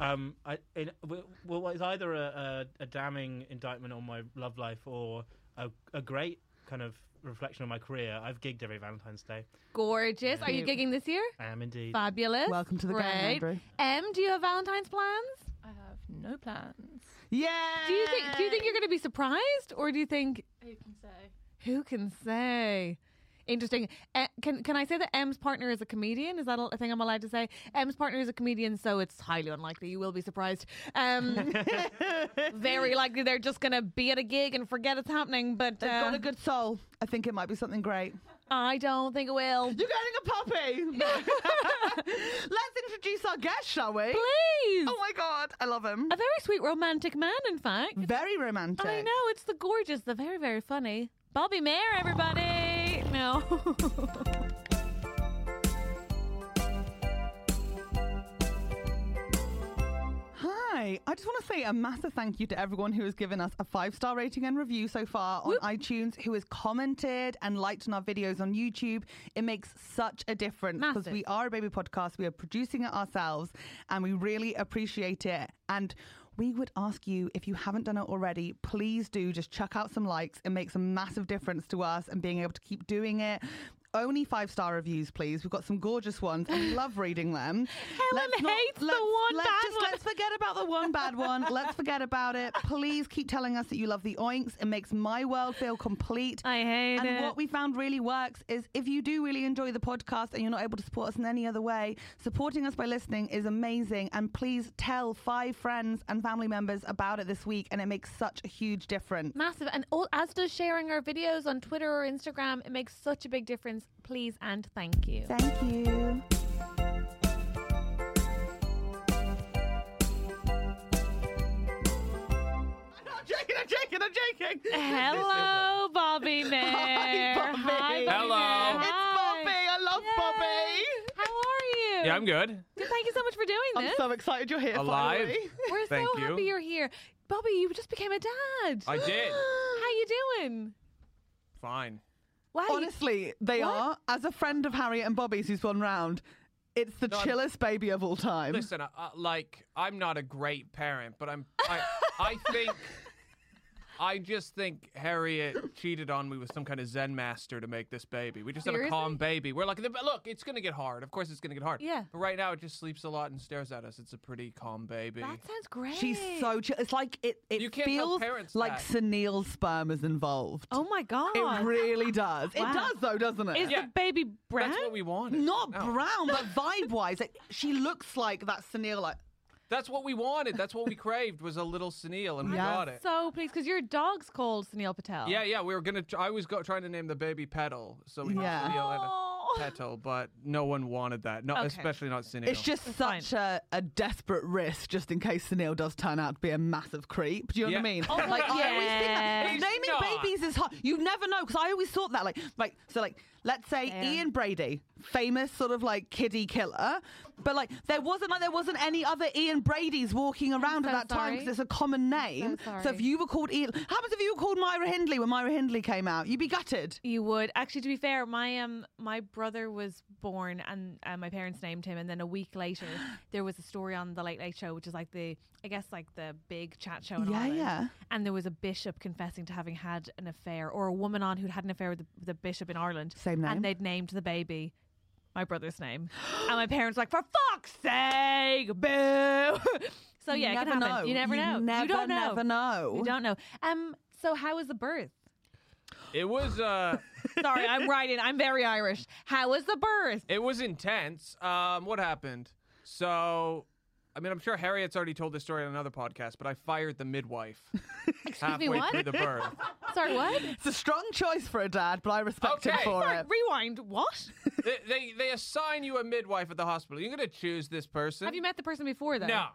[SPEAKER 6] Um, I in, w- well, it's either a, a, a damning indictment on my love life or a, a great kind of reflection on my career. I've gigged every Valentine's Day.
[SPEAKER 1] Gorgeous. Are you
[SPEAKER 5] Cute.
[SPEAKER 1] gigging this year?
[SPEAKER 6] I am indeed.
[SPEAKER 1] Fabulous.
[SPEAKER 2] Welcome to the game,
[SPEAKER 1] Great.
[SPEAKER 2] Andrew.
[SPEAKER 1] Em, do you have Valentine's plans?
[SPEAKER 5] I have no plans.
[SPEAKER 2] Yeah.
[SPEAKER 1] Do you think do you think you're going to be surprised, or do you think
[SPEAKER 5] Who can say?
[SPEAKER 1] who can say? Interesting. Eh, can can I say that M's partner is a comedian? Is that a thing I'm allowed to say? M's partner is a comedian, so it's highly unlikely you will be surprised.
[SPEAKER 2] *laughs*
[SPEAKER 1] Um, very likely they're just going to be at a gig and forget it's happening. But
[SPEAKER 2] They've got
[SPEAKER 1] uh,
[SPEAKER 2] a good soul. I think it might be something great.
[SPEAKER 1] *laughs* I don't think it
[SPEAKER 2] *laughs*
[SPEAKER 1] will. *laughs*
[SPEAKER 2] You're getting a puppy. *laughs* Let's introduce our guest, shall we?
[SPEAKER 1] Please,
[SPEAKER 2] Oh my god, I love him.
[SPEAKER 1] a very sweet romantic man, in fact.
[SPEAKER 2] Very romantic.
[SPEAKER 1] I know, it's the gorgeous, the very, very funny Bobby Mayer, everybody. No. *laughs*
[SPEAKER 2] Hi, I just want to say a massive thank you to everyone who has given us a five star rating and review so far on
[SPEAKER 1] Whoop.
[SPEAKER 2] iTunes, who has commented and liked on our videos on YouTube. It makes such a difference because
[SPEAKER 1] Massive.
[SPEAKER 2] we are a baby podcast. We are producing it ourselves and we really appreciate it. And we would ask you if you haven't done it already, please do just chuck out some likes. It makes a massive difference to us and being able to keep doing it. Only five star reviews, please. We've got some gorgeous ones. and We love reading them.
[SPEAKER 1] *laughs* Helen hates the one
[SPEAKER 2] let's
[SPEAKER 1] bad
[SPEAKER 2] just,
[SPEAKER 1] one.
[SPEAKER 2] Let's forget about the one bad one. Let's forget about it. Please keep telling us that you love the oinks. It makes my world feel complete.
[SPEAKER 1] I hate
[SPEAKER 2] and
[SPEAKER 1] it.
[SPEAKER 2] what we found really works is if you do really enjoy the podcast and you're not able to support us in any other way, supporting us by listening is amazing. And please tell five friends and family members about it this week, and it makes such a huge difference.
[SPEAKER 1] Massive. And all, as does sharing our videos on Twitter or Instagram, it makes such a big difference. Please and thank you.
[SPEAKER 2] Thank you. I'm joking, I'm joking, I'm joking.
[SPEAKER 1] Hello,
[SPEAKER 2] *laughs*
[SPEAKER 1] Bobby Mayer.
[SPEAKER 2] Bobby.
[SPEAKER 1] Hi, Bobby
[SPEAKER 7] Hello.
[SPEAKER 1] Mayer.
[SPEAKER 7] It's
[SPEAKER 1] Hi.
[SPEAKER 2] I love
[SPEAKER 1] Yay. How are you?
[SPEAKER 7] Yeah,
[SPEAKER 2] *laughs*
[SPEAKER 7] I'm good.
[SPEAKER 1] Good, Thank you so much for doing
[SPEAKER 2] I'm
[SPEAKER 1] this.
[SPEAKER 2] so excited you're here.
[SPEAKER 7] Alive.
[SPEAKER 2] finally. *laughs*
[SPEAKER 1] We're
[SPEAKER 7] Thank
[SPEAKER 1] so
[SPEAKER 7] you.
[SPEAKER 1] happy you're here. Bobby, you just became a dad.
[SPEAKER 7] I
[SPEAKER 1] *gasps*
[SPEAKER 7] did.
[SPEAKER 1] How you doing?
[SPEAKER 7] Fine.
[SPEAKER 1] Wow. you-
[SPEAKER 2] Honestly, they
[SPEAKER 1] What?
[SPEAKER 2] are. As a friend of Harriet and Bobby's who's gone round, it's the
[SPEAKER 7] No, I'm-
[SPEAKER 2] chillest baby of all time.
[SPEAKER 7] Listen, I, I, like I'm not a great parent, but I'm. I,
[SPEAKER 2] *laughs*
[SPEAKER 7] I think. I just think Harriet cheated on me with some kind of Zen master to make this baby. We just
[SPEAKER 1] Seriously?
[SPEAKER 7] have a calm baby. We're like, look, it's going to get hard. Of course, it's going to get hard.
[SPEAKER 1] Yeah.
[SPEAKER 7] But right now, it just sleeps a lot and stares at us. It's a pretty calm baby.
[SPEAKER 1] that sounds great.
[SPEAKER 2] She's so chill. It's like it. It
[SPEAKER 7] You can't tell
[SPEAKER 2] feels
[SPEAKER 7] parents
[SPEAKER 2] like
[SPEAKER 7] that.
[SPEAKER 2] senile sperm is involved.
[SPEAKER 1] Oh my god.
[SPEAKER 2] It really does.
[SPEAKER 1] Wow.
[SPEAKER 2] It does though, doesn't it?
[SPEAKER 1] Is
[SPEAKER 7] Yeah.
[SPEAKER 1] the baby brown?
[SPEAKER 7] That's what we wanted.
[SPEAKER 2] Not
[SPEAKER 7] No.
[SPEAKER 2] brown, but vibe wise, like, she looks like that senile. Like
[SPEAKER 7] That's what we wanted. That's
[SPEAKER 2] *laughs*
[SPEAKER 7] what we craved was a little senile, and we
[SPEAKER 2] Yes.
[SPEAKER 7] got it.
[SPEAKER 1] So please, because your dog's called Sunil Patel.
[SPEAKER 7] Yeah, yeah, we were gonna. Tr- I was go- trying to name the baby Petal, so we
[SPEAKER 2] Yeah.
[SPEAKER 7] had Sunil and a
[SPEAKER 1] Oh.
[SPEAKER 7] Petal, but no one wanted that. No,
[SPEAKER 1] Okay.
[SPEAKER 7] especially not Sunil.
[SPEAKER 2] it's just
[SPEAKER 1] fine.
[SPEAKER 2] such a, a desperate risk, just in case Sunil does turn out to be a massive creep. Do you know what I
[SPEAKER 7] Yeah.
[SPEAKER 2] mean?
[SPEAKER 1] Oh,
[SPEAKER 2] like I always think
[SPEAKER 1] yeah.
[SPEAKER 2] that It's
[SPEAKER 7] He's
[SPEAKER 2] naming
[SPEAKER 7] not.
[SPEAKER 2] babies is hard. You never know because I always thought that. Like, like so, like let's say
[SPEAKER 1] Yeah.
[SPEAKER 2] Ian Brady, famous sort of like kiddie killer, but like there wasn't like there wasn't any other Ian Brady's walking around
[SPEAKER 1] so
[SPEAKER 2] at that time
[SPEAKER 1] sorry.
[SPEAKER 2] because it's a common name. so if
[SPEAKER 1] sorry.
[SPEAKER 2] you were called Ian, how about if you were called Myra Hindley when Myra Hindley came out? You'd be gutted.
[SPEAKER 1] You would actually, to be fair, my um my brother was born and uh, my parents named him, and then a week *gasps* later there was a story on the Late Late Show, which is like the I guess like the big chat show. In
[SPEAKER 2] Yeah,
[SPEAKER 1] Ireland.
[SPEAKER 2] yeah.
[SPEAKER 1] And there was a bishop confessing to having had an affair, or a woman on who'd had an affair with the, the bishop in Ireland.
[SPEAKER 2] Same name.
[SPEAKER 1] And they'd named the baby my brother's name, *gasps* and my parents were like, for fuck's sake, boo. *laughs* so yeah, it can happen. You never know. you don't know.
[SPEAKER 2] Never know.
[SPEAKER 1] You don't know. Um. So how was the birth?
[SPEAKER 7] it was. Uh,
[SPEAKER 1] Sorry, I'm right in. I'm very Irish. How was the birth?
[SPEAKER 7] it was intense. Um, what happened? So, I mean, I'm sure Harriet's already told this story on another podcast, but I fired the midwife halfway
[SPEAKER 1] what?
[SPEAKER 7] through the birth.
[SPEAKER 1] Sorry, *laughs* what?
[SPEAKER 2] It's a strong choice for a dad, but I respect him
[SPEAKER 7] Okay.
[SPEAKER 2] for
[SPEAKER 1] Sorry,
[SPEAKER 2] it.
[SPEAKER 1] rewind. What?
[SPEAKER 7] they, they they assign you a midwife at the hospital. You're gonna choose this person.
[SPEAKER 1] Have you met the person before though?
[SPEAKER 7] No.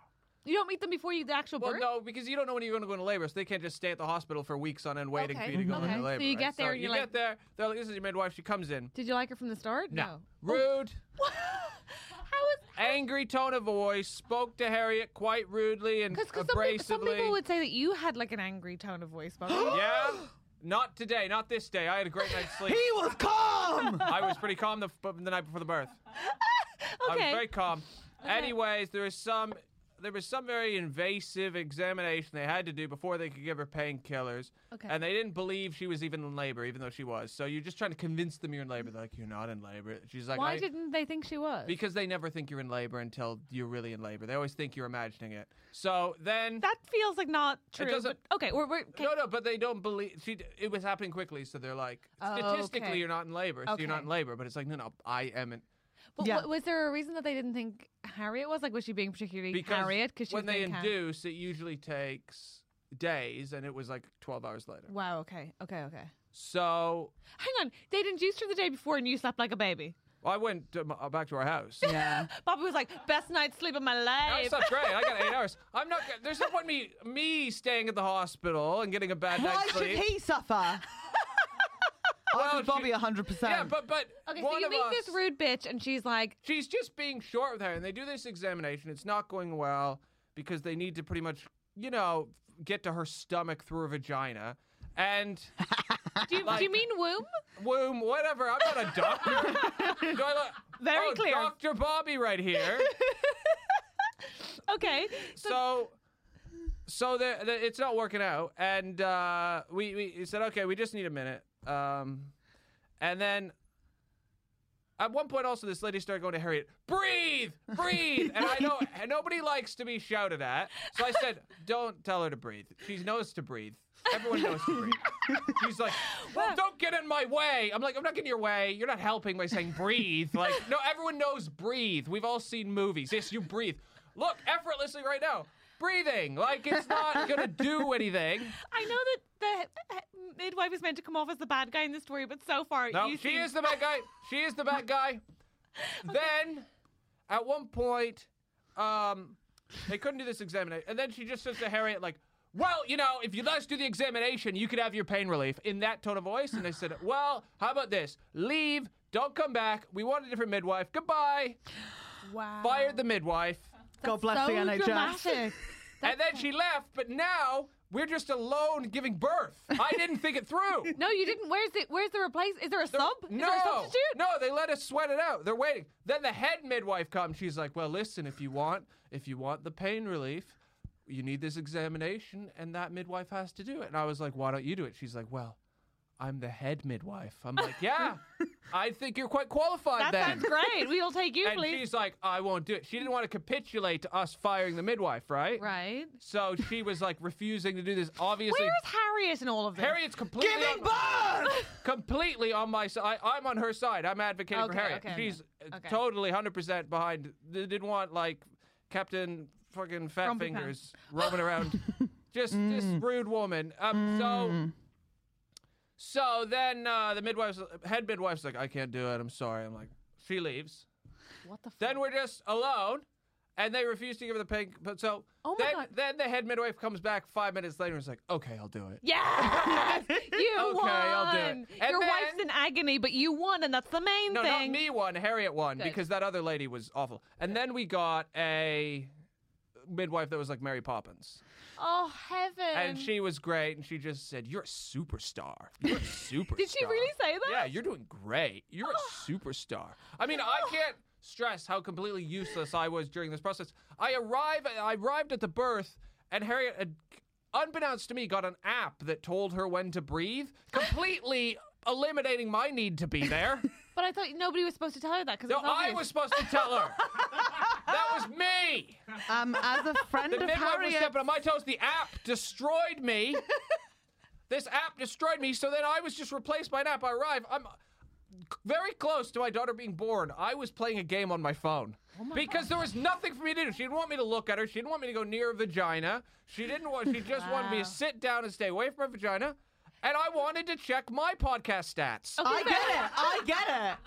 [SPEAKER 1] You don't meet them before you the actual
[SPEAKER 7] Well,
[SPEAKER 1] birth.
[SPEAKER 7] no, because you don't know when you're going to go into labor, so they can't just stay at the hospital for weeks on end waiting for
[SPEAKER 1] Okay,
[SPEAKER 7] you to go
[SPEAKER 1] okay.
[SPEAKER 7] into labor.
[SPEAKER 1] So you
[SPEAKER 7] right?
[SPEAKER 1] get there and
[SPEAKER 7] you
[SPEAKER 1] you're like-
[SPEAKER 7] get there. They're like, "This is your midwife." She comes in.
[SPEAKER 1] Did you like her from the start?
[SPEAKER 7] No, rude,
[SPEAKER 1] *laughs* How is?
[SPEAKER 7] angry tone of voice. Spoke to Harriet quite rudely and
[SPEAKER 1] Because some,
[SPEAKER 7] abrasively.
[SPEAKER 1] peop- some people would say that you had like an angry tone of voice. Bobby.
[SPEAKER 7] *gasps* Yeah, not today, not this day. I had a
[SPEAKER 1] *gasps*
[SPEAKER 7] great night's sleep.
[SPEAKER 2] He was calm.
[SPEAKER 7] I was pretty calm the, f- the night before the birth. I was
[SPEAKER 1] Okay.
[SPEAKER 7] very calm. Anyways, there was some there was some very invasive examination they had to do before they could give her painkillers.
[SPEAKER 1] Okay.
[SPEAKER 7] And they didn't believe she was even in labor, even though she was. So you're just trying to convince them you're in labor. They're like, you're not in labor. She's like,
[SPEAKER 1] Why
[SPEAKER 7] "I-"
[SPEAKER 1] didn't they think she was?
[SPEAKER 7] *laughs* because they never think you're in labor until you're really in labor. They always think you're imagining it. So then.
[SPEAKER 1] that feels like not true.
[SPEAKER 7] doesn't-
[SPEAKER 1] but- okay, we're, we're okay.
[SPEAKER 7] no, no, but they don't believe she. d- It was happening quickly, so they're like,
[SPEAKER 1] Oh,
[SPEAKER 7] statistically,
[SPEAKER 1] okay.
[SPEAKER 7] you're not in labor, so you're not
[SPEAKER 1] Okay.
[SPEAKER 7] in labor. But it's like, no, no, I am in.
[SPEAKER 1] But
[SPEAKER 2] Yeah.
[SPEAKER 1] wa- was there a reason that they didn't think Harriet was like? Was she being particularly
[SPEAKER 7] because
[SPEAKER 1] Harriet? she was
[SPEAKER 7] when they
[SPEAKER 1] being Karen?
[SPEAKER 7] induce, it usually takes days, and it was like 12 hours later.
[SPEAKER 1] Wow. Okay. Okay. Okay.
[SPEAKER 7] So
[SPEAKER 1] Hang on. They induced her the day before, and you slept like a baby.
[SPEAKER 7] I went to my, uh, back to our house.
[SPEAKER 2] *laughs*
[SPEAKER 7] *laughs*
[SPEAKER 2] yeah.
[SPEAKER 1] Bobby was like, "Best night's sleep of my
[SPEAKER 7] I
[SPEAKER 1] life."
[SPEAKER 7] slept great. I got eight hours. I'm not. go- There's no point me me staying at the hospital and getting a bad
[SPEAKER 2] Why
[SPEAKER 7] night's
[SPEAKER 2] should
[SPEAKER 7] sleep.
[SPEAKER 2] he
[SPEAKER 7] *laughs*
[SPEAKER 2] suffer? I was
[SPEAKER 7] Well,
[SPEAKER 2] Bobby
[SPEAKER 7] she-
[SPEAKER 2] 100%.
[SPEAKER 7] Yeah, but but
[SPEAKER 1] Okay,
[SPEAKER 7] one
[SPEAKER 1] so you
[SPEAKER 7] of
[SPEAKER 1] meet
[SPEAKER 7] us,
[SPEAKER 1] this rude bitch, and she's like,
[SPEAKER 7] she's just being short with her, and they do this examination. It's not going well because they need to pretty much, you know, get to her stomach through her vagina, and.
[SPEAKER 1] "Do you, do you mean womb?"
[SPEAKER 7] womb, whatever. I'm not
[SPEAKER 1] *laughs*
[SPEAKER 7] a doctor. Do I look?
[SPEAKER 1] Very
[SPEAKER 7] oh,
[SPEAKER 1] clear.
[SPEAKER 7] Dr. Bobby right here.
[SPEAKER 1] *laughs* Okay.
[SPEAKER 7] so, so the, the, it's not working out. And uh, we, we he said, okay, we just need a minute. Um, and then at one point, also, this lady started going to Harriet, breathe, breathe. And I know and nobody likes to be shouted at. So I said, don't tell her to breathe. She knows to breathe. Everyone knows to breathe. She's like, well, don't get in my way. I'm like, I'm not getting your way. You're not helping by saying breathe. Like, no, everyone knows breathe. We've all seen movies. Yes, you breathe. Look, effortlessly right now. Breathing. Like, it's not going to do anything.
[SPEAKER 1] I know that the midwife is meant to come off as the bad guy in the story, but so far,
[SPEAKER 7] No,
[SPEAKER 1] you
[SPEAKER 7] she
[SPEAKER 1] seem-
[SPEAKER 7] is the bad guy. She is the
[SPEAKER 1] *laughs*
[SPEAKER 7] bad guy. Then, at one point, um, they couldn't do this examination, and then she just says to Harriet, like, "Well, you know, if you let us do the examination, you could have your pain relief." In that tone of voice, and
[SPEAKER 1] *sighs*
[SPEAKER 7] I said, "Well, how about this? Leave. Don't come back. We want a different midwife. Goodbye."
[SPEAKER 1] wow.
[SPEAKER 7] Fired the midwife,
[SPEAKER 1] Oh.
[SPEAKER 2] God bless the
[SPEAKER 1] so
[SPEAKER 2] NHS.
[SPEAKER 1] dramatic.
[SPEAKER 7] and then she left. But now we're just alone giving birth. I didn't think it through.
[SPEAKER 1] *laughs* No, you didn't. Where's the Where's the replace? Is there a sub? Is
[SPEAKER 7] No,
[SPEAKER 1] there a substitute?
[SPEAKER 7] no, they let us sweat it out. They're waiting. Then the head midwife comes. She's like, "Well, listen, if you want, if you want the pain relief, you need this examination, and that midwife has to do it." And I was like, "Why don't you do it?" She's like, "Well, I'm the head midwife." I'm like,
[SPEAKER 1] *laughs*
[SPEAKER 7] "Yeah, I think you're quite qualified."
[SPEAKER 1] That
[SPEAKER 7] then.
[SPEAKER 1] sounds great. We'll take you,
[SPEAKER 7] *laughs* And
[SPEAKER 1] please.
[SPEAKER 7] she's like, "I won't do it." She didn't want to capitulate to us firing the midwife, right?
[SPEAKER 1] Right.
[SPEAKER 7] So she was like refusing to do this. Obviously,
[SPEAKER 1] Where's Harriet in all of this?
[SPEAKER 7] Harriet's completely
[SPEAKER 2] Giving
[SPEAKER 7] on-
[SPEAKER 2] birth!
[SPEAKER 7] completely on my side. I'm on her side. I'm advocating for
[SPEAKER 1] Okay,
[SPEAKER 7] Harriet.
[SPEAKER 1] okay,
[SPEAKER 7] She's uh,
[SPEAKER 1] Okay.
[SPEAKER 7] totally 100% behind. They didn't want like Captain fucking Fat
[SPEAKER 1] Grumpy
[SPEAKER 7] Fingers
[SPEAKER 1] *laughs*
[SPEAKER 7] roaming around. just
[SPEAKER 1] Mm.
[SPEAKER 7] this rude woman. Um, So. So then uh, the midwife's head midwife's like, I can't do it. I'm sorry. I'm like, she leaves.
[SPEAKER 1] What the? F-
[SPEAKER 7] Then we're just alone, and they refuse to give her the pain. But so
[SPEAKER 1] Oh my
[SPEAKER 7] then,
[SPEAKER 1] God.
[SPEAKER 7] then the head midwife comes back five minutes later and is like, okay, I'll do it. *laughs*
[SPEAKER 1] yes, you won.
[SPEAKER 7] Okay, I'll do it. And
[SPEAKER 1] Your
[SPEAKER 7] then-
[SPEAKER 1] wife's in agony, but you won, and that's the main
[SPEAKER 7] No,
[SPEAKER 1] thing.
[SPEAKER 7] not me won. Harriet won
[SPEAKER 1] Good.
[SPEAKER 7] because that other lady was awful. And then we got a midwife that was like Mary Poppins,
[SPEAKER 1] Oh heaven!
[SPEAKER 7] and she was great. And she just said, "You're a superstar. You're a
[SPEAKER 1] *laughs*
[SPEAKER 7] superstar."
[SPEAKER 1] Did she really say that? Oh.
[SPEAKER 7] Yeah, you're doing great. You're a superstar. I mean, I can't stress how completely useless I was during this process. I arrive. I arrived at the birth, and Harriet had. Unbeknownst to me, got an app that told her when to breathe,
[SPEAKER 1] *laughs*
[SPEAKER 7] completely eliminating my need to be there.
[SPEAKER 1] But I thought nobody was supposed to tell her that because
[SPEAKER 7] No, I was supposed to tell her. that *laughs* was me.
[SPEAKER 2] Um, as
[SPEAKER 7] *laughs*
[SPEAKER 2] a friend
[SPEAKER 7] The
[SPEAKER 2] of
[SPEAKER 7] midwife was
[SPEAKER 2] Harriet,
[SPEAKER 7] stepping on my toes. The app destroyed *laughs* me. this app destroyed me. So then I was just replaced by an app. I arrive. I'm very close to my daughter being born. I was playing a game on Oh my phone because there was nothing for me to do. She didn't want me to look at her. She didn't want me to go near her vagina. She didn't want. She just wanted me
[SPEAKER 1] Wow.
[SPEAKER 7] to sit down and stay away from her vagina. And I wanted to check my podcast stats.
[SPEAKER 2] I get it. I get it.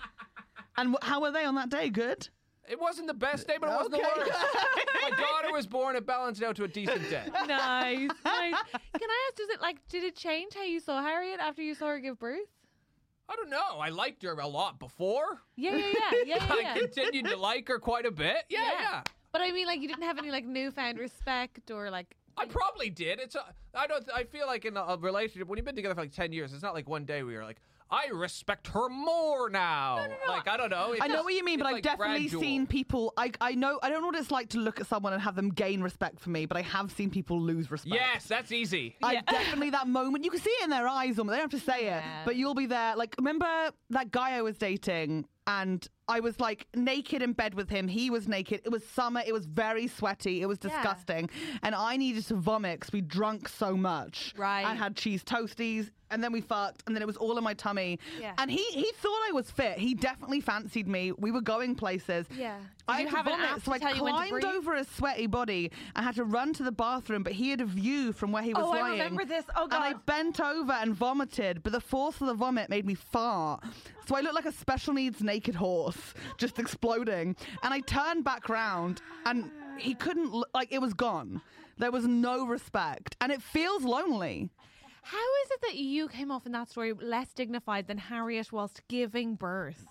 [SPEAKER 2] And wh- how were they on that day? Good?
[SPEAKER 7] It wasn't the best day, but it wasn't
[SPEAKER 2] Okay. *laughs*
[SPEAKER 7] the worst. *laughs* My daughter was born. It balanced out to a decent day.
[SPEAKER 1] *laughs* nice, nice. Can I ask? Does it like? Did it change how you saw Harriet after you saw her give birth?
[SPEAKER 7] I don't know. I liked her a lot before.
[SPEAKER 1] Yeah, yeah, yeah, yeah, yeah.
[SPEAKER 7] *laughs* I
[SPEAKER 1] yeah.
[SPEAKER 7] continued to like her quite a bit. Yeah, yeah.
[SPEAKER 1] Yeah. But I mean, like, you didn't have any like newfound respect or like.
[SPEAKER 7] I probably did. It's a, I don't. I feel like in a, a relationship when you've been together for like ten years, it's not like one day we were like, I respect her more now. Like I don't know. It's
[SPEAKER 2] I know
[SPEAKER 7] just-
[SPEAKER 2] what you mean,
[SPEAKER 7] it's
[SPEAKER 2] but I've
[SPEAKER 7] like
[SPEAKER 2] definitely
[SPEAKER 7] gradual.
[SPEAKER 2] seen people. I, I know I don't know what it's like to look at someone and have them gain respect for me, but I have seen people lose respect.
[SPEAKER 7] Yes, that's easy.
[SPEAKER 2] I definitely that moment. You can see it in their eyes almost. They don't have to say
[SPEAKER 1] Yeah.
[SPEAKER 2] it, but you'll be there. Like, remember that guy I was dating, and I was like naked in bed with him. He was naked. It was summer. It was very sweaty. It was
[SPEAKER 1] Yeah.
[SPEAKER 2] disgusting, and I needed to vomit because we drunk so much.
[SPEAKER 1] Right.
[SPEAKER 2] I had cheese toasties, and then we fucked, and then it was all in my tummy.
[SPEAKER 1] Yeah.
[SPEAKER 2] And he he thought I was fit. He definitely fancied me. We were going places.
[SPEAKER 1] Yeah. Did
[SPEAKER 2] I
[SPEAKER 1] you
[SPEAKER 2] had to
[SPEAKER 1] have an
[SPEAKER 2] vomit,
[SPEAKER 1] app
[SPEAKER 2] so
[SPEAKER 1] to
[SPEAKER 2] I
[SPEAKER 1] tell you when to
[SPEAKER 2] climbed
[SPEAKER 1] breathe?
[SPEAKER 2] over his sweaty body. I had to run to the bathroom, but he had a view from where he was
[SPEAKER 1] Oh, I
[SPEAKER 2] lying.
[SPEAKER 1] remember this. Oh,
[SPEAKER 2] And I
[SPEAKER 1] God.
[SPEAKER 2] bent over and vomited, but the force of the vomit made me fart. So I looked like a special needs naked horse, just exploding. And I turned back round, and he couldn't. l- Like it was gone. There was no respect, and it feels lonely.
[SPEAKER 1] How is it that you came off in that story less dignified than Harriet whilst giving birth?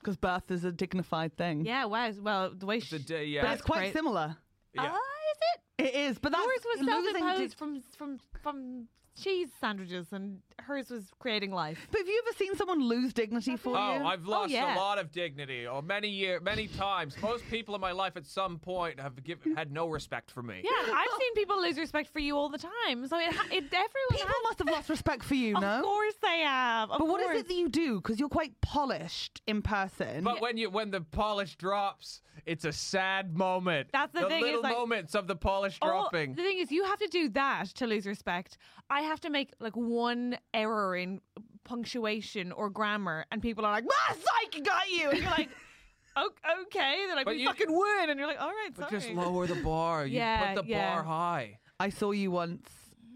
[SPEAKER 2] Because birth is a dignified thing.
[SPEAKER 1] Yeah, wow. Well, the way she.
[SPEAKER 7] The day,
[SPEAKER 2] but
[SPEAKER 7] yeah,
[SPEAKER 2] it's quite
[SPEAKER 1] great.
[SPEAKER 2] similar.
[SPEAKER 7] yeah.
[SPEAKER 1] Ah, is it?
[SPEAKER 2] It is, but that's
[SPEAKER 1] Yours was
[SPEAKER 2] losing
[SPEAKER 1] self-imposed
[SPEAKER 2] dig-
[SPEAKER 1] from from from cheese sandwiches, and hers was creating life.
[SPEAKER 2] But have you ever seen someone lose dignity for you?
[SPEAKER 7] Oh, I've
[SPEAKER 1] Oh,
[SPEAKER 7] lost
[SPEAKER 1] yeah.
[SPEAKER 7] a lot of dignity, or many year, many times. Most people in my life, at some point, have give, had no respect for me.
[SPEAKER 1] *laughs* Yeah, I've seen people lose respect for you all the time. So it, ha- it everyone
[SPEAKER 2] People
[SPEAKER 1] has-
[SPEAKER 2] must have lost respect for you,
[SPEAKER 1] Of
[SPEAKER 2] no?
[SPEAKER 1] course they have. Of
[SPEAKER 2] But what
[SPEAKER 1] course.
[SPEAKER 2] is it that you do? Because you're quite polished in person.
[SPEAKER 7] But when you when the polish drops, it's a sad moment.
[SPEAKER 1] That's the thing, is
[SPEAKER 7] little
[SPEAKER 1] like-
[SPEAKER 7] moments of the polish
[SPEAKER 1] All-
[SPEAKER 7] dropping.
[SPEAKER 1] the thing is, you have to do that to lose respect. I have to make like one error in punctuation or grammar, and people are like, "Ah, psych, got you," and you're like, *laughs* "O- "Okay." They're like,
[SPEAKER 7] But
[SPEAKER 1] "We
[SPEAKER 7] you-
[SPEAKER 1] fucking win," and you're like, "All right,
[SPEAKER 7] But
[SPEAKER 1] sorry."
[SPEAKER 7] just lower the bar. You
[SPEAKER 1] Yeah,
[SPEAKER 7] put the
[SPEAKER 1] yeah.
[SPEAKER 7] bar high.
[SPEAKER 2] I saw you once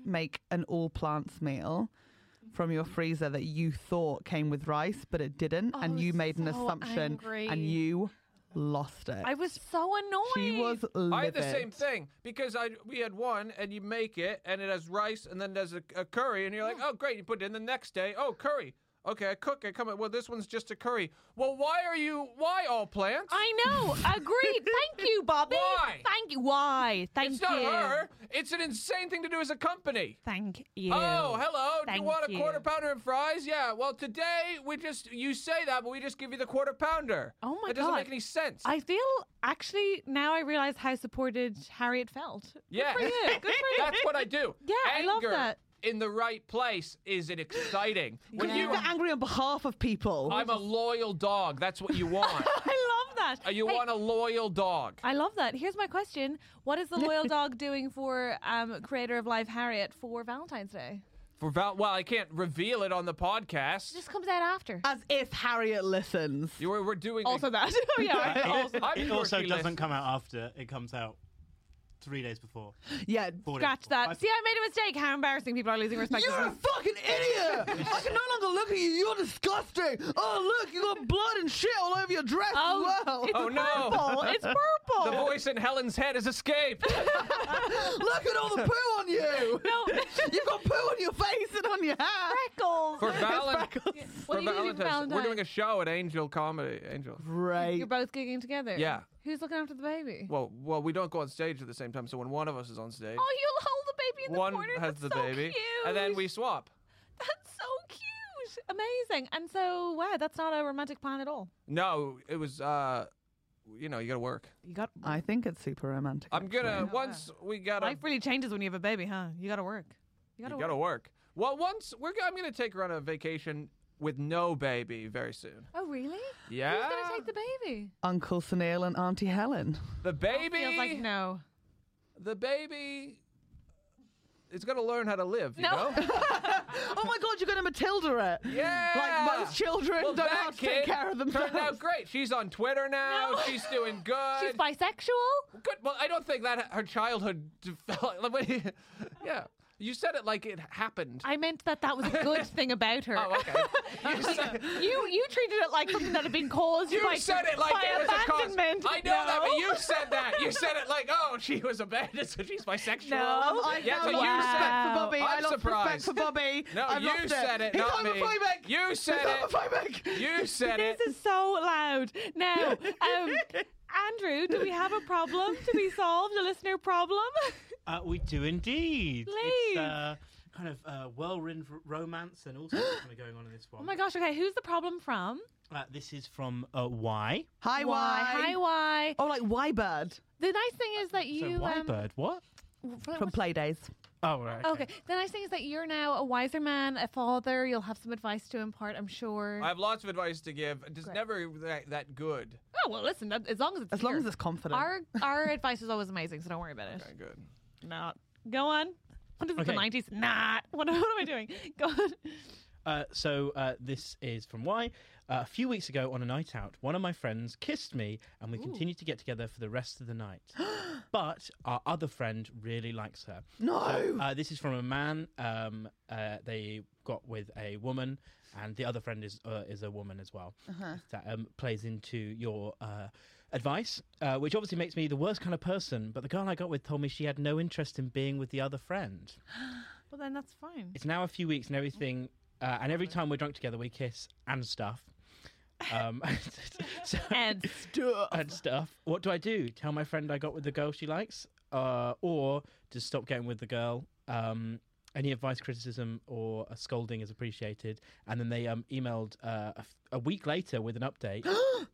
[SPEAKER 2] make an all plants meal from your freezer that you thought came with rice, but it didn't,
[SPEAKER 1] I
[SPEAKER 2] and you
[SPEAKER 1] was
[SPEAKER 2] made an
[SPEAKER 1] Oh, so
[SPEAKER 2] assumption
[SPEAKER 1] angry.
[SPEAKER 2] and you lost it.
[SPEAKER 1] I was so annoyed.
[SPEAKER 2] she was livid.
[SPEAKER 7] I had the same thing because I we had one and you make it and it has rice and then there's a, a curry and you're like, oh great, you put it in the next day. Oh curry. Okay, I cook. I come. in. Well, this one's just a curry. Well, why are you? Why all plants?
[SPEAKER 1] I know.
[SPEAKER 7] *laughs*
[SPEAKER 1] Agreed. Thank you, Bobby.
[SPEAKER 7] Why?
[SPEAKER 1] Thank you. Why? Thank
[SPEAKER 7] it's not
[SPEAKER 1] you.
[SPEAKER 7] her. It's an insane thing to do as a company.
[SPEAKER 1] Thank you.
[SPEAKER 7] Oh, hello. Do
[SPEAKER 1] Thank
[SPEAKER 7] you want a
[SPEAKER 1] you.
[SPEAKER 7] quarter pounder and fries? Yeah. Well, today we just you say that, but we just give you the quarter pounder.
[SPEAKER 1] Oh my
[SPEAKER 7] It doesn't
[SPEAKER 1] God.
[SPEAKER 7] make any sense.
[SPEAKER 1] I *laughs* feel actually now I realize how supported Harriet felt. Good
[SPEAKER 7] Yeah.
[SPEAKER 1] for you. Good for you.
[SPEAKER 7] *laughs* That's what I do.
[SPEAKER 1] Yeah, I
[SPEAKER 7] Anger
[SPEAKER 1] love that.
[SPEAKER 7] in the right place is
[SPEAKER 1] *laughs*
[SPEAKER 7] it exciting. When
[SPEAKER 1] Yeah.
[SPEAKER 2] You
[SPEAKER 7] you
[SPEAKER 2] got angry on behalf of people.
[SPEAKER 7] I'm a loyal dog. That's what
[SPEAKER 1] *laughs*
[SPEAKER 7] you want.
[SPEAKER 1] I love that.
[SPEAKER 7] Uh, you
[SPEAKER 1] Hey,
[SPEAKER 7] want a loyal dog.
[SPEAKER 1] I love that. Here's my question: What is the
[SPEAKER 7] *laughs*
[SPEAKER 1] loyal dog doing for um, creator of life Harriet for Valentine's Day?
[SPEAKER 7] For Val- well, I can't reveal it on the podcast.
[SPEAKER 1] This comes out after.
[SPEAKER 2] As if Harriet listens.
[SPEAKER 7] you were, we're
[SPEAKER 1] *laughs*
[SPEAKER 7] doing
[SPEAKER 1] also that. *laughs* oh yeah.
[SPEAKER 2] *laughs*
[SPEAKER 4] It,
[SPEAKER 7] Also- I'm
[SPEAKER 4] it also
[SPEAKER 7] quirky,
[SPEAKER 4] doesn't
[SPEAKER 7] listen.
[SPEAKER 4] come out after. It comes out three days before.
[SPEAKER 2] Yeah.
[SPEAKER 4] Four days
[SPEAKER 1] Scratch
[SPEAKER 4] before.
[SPEAKER 1] that.
[SPEAKER 4] Five-
[SPEAKER 1] See, I made a mistake. How embarrassing! People are losing respect.
[SPEAKER 2] You're a fucking idiot! I can no longer look at you. You're disgusting. Oh look, you got blood and shit all over your dress
[SPEAKER 1] Oh,
[SPEAKER 2] as well.
[SPEAKER 1] it's
[SPEAKER 7] Oh, no.
[SPEAKER 1] purple. It's purple.
[SPEAKER 7] *laughs* the voice in Helen's head
[SPEAKER 1] *laughs*
[SPEAKER 7] has escaped.
[SPEAKER 2] Look at all the poo on
[SPEAKER 7] *laughs*
[SPEAKER 2] you.
[SPEAKER 1] No. *laughs*
[SPEAKER 2] You've got poo on your face and on your hair.
[SPEAKER 1] freckles. *laughs*
[SPEAKER 7] For
[SPEAKER 1] what
[SPEAKER 7] Valen- for
[SPEAKER 1] are you doing for
[SPEAKER 7] Valentine's,
[SPEAKER 1] Valentine's?
[SPEAKER 7] we're doing a show at Angel Comedy. Angel.
[SPEAKER 2] Great.
[SPEAKER 1] You're both gigging together.
[SPEAKER 7] Yeah.
[SPEAKER 1] Who's looking after the baby?
[SPEAKER 7] Well, well, we don't go on stage at the same time. So when one of us is on stage,
[SPEAKER 1] Oh, you'll hold the baby in the
[SPEAKER 7] one
[SPEAKER 1] corner.
[SPEAKER 7] has
[SPEAKER 1] That's
[SPEAKER 7] the
[SPEAKER 1] so
[SPEAKER 7] baby,
[SPEAKER 1] cute.
[SPEAKER 7] and then we swap.
[SPEAKER 1] That's so cute. Amazing. And so, wow, that's not a romantic plan at all.
[SPEAKER 7] No, it was. uh you know, you gotta work.
[SPEAKER 1] You got
[SPEAKER 2] I think it's super romantic.
[SPEAKER 7] I'm gonna once we gotta
[SPEAKER 1] life really changes when you have a baby, huh? You got to work. You got
[SPEAKER 7] you
[SPEAKER 1] to
[SPEAKER 7] gotta
[SPEAKER 1] work.
[SPEAKER 7] work. Well, once we're go- I'm gonna take her on a vacation with no baby very soon.
[SPEAKER 1] Oh, really?
[SPEAKER 7] Yeah,
[SPEAKER 1] Who's gonna take the baby?
[SPEAKER 2] Uncle Sunil and Auntie Helen.
[SPEAKER 7] the baby.
[SPEAKER 1] Feels like no.
[SPEAKER 7] The baby. It's gonna learn how to live. You
[SPEAKER 1] No. *laughs*
[SPEAKER 7] know.
[SPEAKER 2] Oh my God, you're gonna Matilda it.
[SPEAKER 7] Yeah.
[SPEAKER 2] Like most children
[SPEAKER 7] Well,
[SPEAKER 2] don't
[SPEAKER 7] that
[SPEAKER 2] know how to take
[SPEAKER 7] kid
[SPEAKER 2] care of themselves.
[SPEAKER 7] Turned out great. She's on Twitter now.
[SPEAKER 1] No.
[SPEAKER 7] She's doing good.
[SPEAKER 1] *laughs* She's bisexual.
[SPEAKER 7] *laughs* Good. Well, I don't think that her childhood developed. yeah. You said it like it happened.
[SPEAKER 1] I meant that that was a
[SPEAKER 7] *laughs*
[SPEAKER 1] good thing about her.
[SPEAKER 7] oh,
[SPEAKER 1] *laughs*
[SPEAKER 7] okay. You said,
[SPEAKER 1] You you treated it like something that had been caused
[SPEAKER 7] you
[SPEAKER 1] by,
[SPEAKER 7] said it like
[SPEAKER 1] by
[SPEAKER 7] it was a cause.
[SPEAKER 1] abandonment.
[SPEAKER 7] I know that, but you said that. You
[SPEAKER 1] *laughs*
[SPEAKER 7] said it like, oh, she was *laughs* abandoned, so she's bisexual.
[SPEAKER 1] No.
[SPEAKER 2] I
[SPEAKER 7] yeah,
[SPEAKER 2] now
[SPEAKER 7] but
[SPEAKER 2] lost
[SPEAKER 7] you
[SPEAKER 2] respect
[SPEAKER 7] said.
[SPEAKER 2] for Bobby.
[SPEAKER 7] I'm
[SPEAKER 2] I lost
[SPEAKER 7] surprised.
[SPEAKER 2] respect for Bobby.
[SPEAKER 7] No,
[SPEAKER 2] I've
[SPEAKER 7] you
[SPEAKER 2] lost
[SPEAKER 7] said it,
[SPEAKER 2] He's
[SPEAKER 7] not me.
[SPEAKER 2] homophobic.
[SPEAKER 7] You said
[SPEAKER 2] He's
[SPEAKER 7] it.
[SPEAKER 2] homophobic.
[SPEAKER 7] You said it.
[SPEAKER 1] This is so loud. Now, *laughs* um, Andrew, do we have a problem to be solved? A listener problem? *laughs* Oh
[SPEAKER 4] Uh, we do indeed.
[SPEAKER 1] Please.
[SPEAKER 4] It's uh, kind of uh, whirlwind r- romance and all sorts of kind of going on in this
[SPEAKER 1] *gasps*
[SPEAKER 4] one.
[SPEAKER 1] Oh my gosh. Okay, who's the problem from?
[SPEAKER 4] Uh, this is from uh, Y.
[SPEAKER 2] Hi, why?
[SPEAKER 1] Hi, why?
[SPEAKER 2] Oh, like why bird
[SPEAKER 1] The nice thing is that
[SPEAKER 4] So
[SPEAKER 1] you.
[SPEAKER 4] Y
[SPEAKER 1] *laughs* um,
[SPEAKER 4] bird, what?
[SPEAKER 1] from-
[SPEAKER 2] from Playdays.
[SPEAKER 7] Oh, right.
[SPEAKER 1] okay. The nice thing is that you're now a wiser man, a father. You'll have some advice to impart, I'm sure.
[SPEAKER 7] I have lots of advice to give. It's never that, that good.
[SPEAKER 1] oh, well, listen, that- as long as it's
[SPEAKER 2] As long
[SPEAKER 1] here.
[SPEAKER 2] as it's confident.
[SPEAKER 1] Our, our advice is always amazing, so don't worry about it.
[SPEAKER 7] Not good.
[SPEAKER 1] Not. Go on. What is it,
[SPEAKER 4] Okay.
[SPEAKER 1] the 90s? Nah. What, what am I doing? Go on.
[SPEAKER 4] Uh, so uh, this is from Y. Uh, a few weeks ago on a night out, one of my friends kissed me, and we continued to get together for the rest of the night. but our other friend really likes her.
[SPEAKER 2] No.
[SPEAKER 4] Uh, this is from a man. Um, uh, they got with a woman, and the other friend is uh, is a woman as well. That um, plays into your uh, advice, uh, which obviously makes me the worst kind of person. But the girl I got with told me she had no interest in being with the other friend.
[SPEAKER 1] Well, then that's fine.
[SPEAKER 4] It's now a few weeks and everything, uh, and every time we're drunk together, we kiss and stuff. Um, *laughs* so,
[SPEAKER 1] And
[SPEAKER 4] *laughs* and stuff. What do I do? Tell my friend I got with the girl she likes, uh, or just stop getting with the girl. Um, any advice, criticism, or a scolding is appreciated. And then they um, emailed uh, a, f- a week later with an update,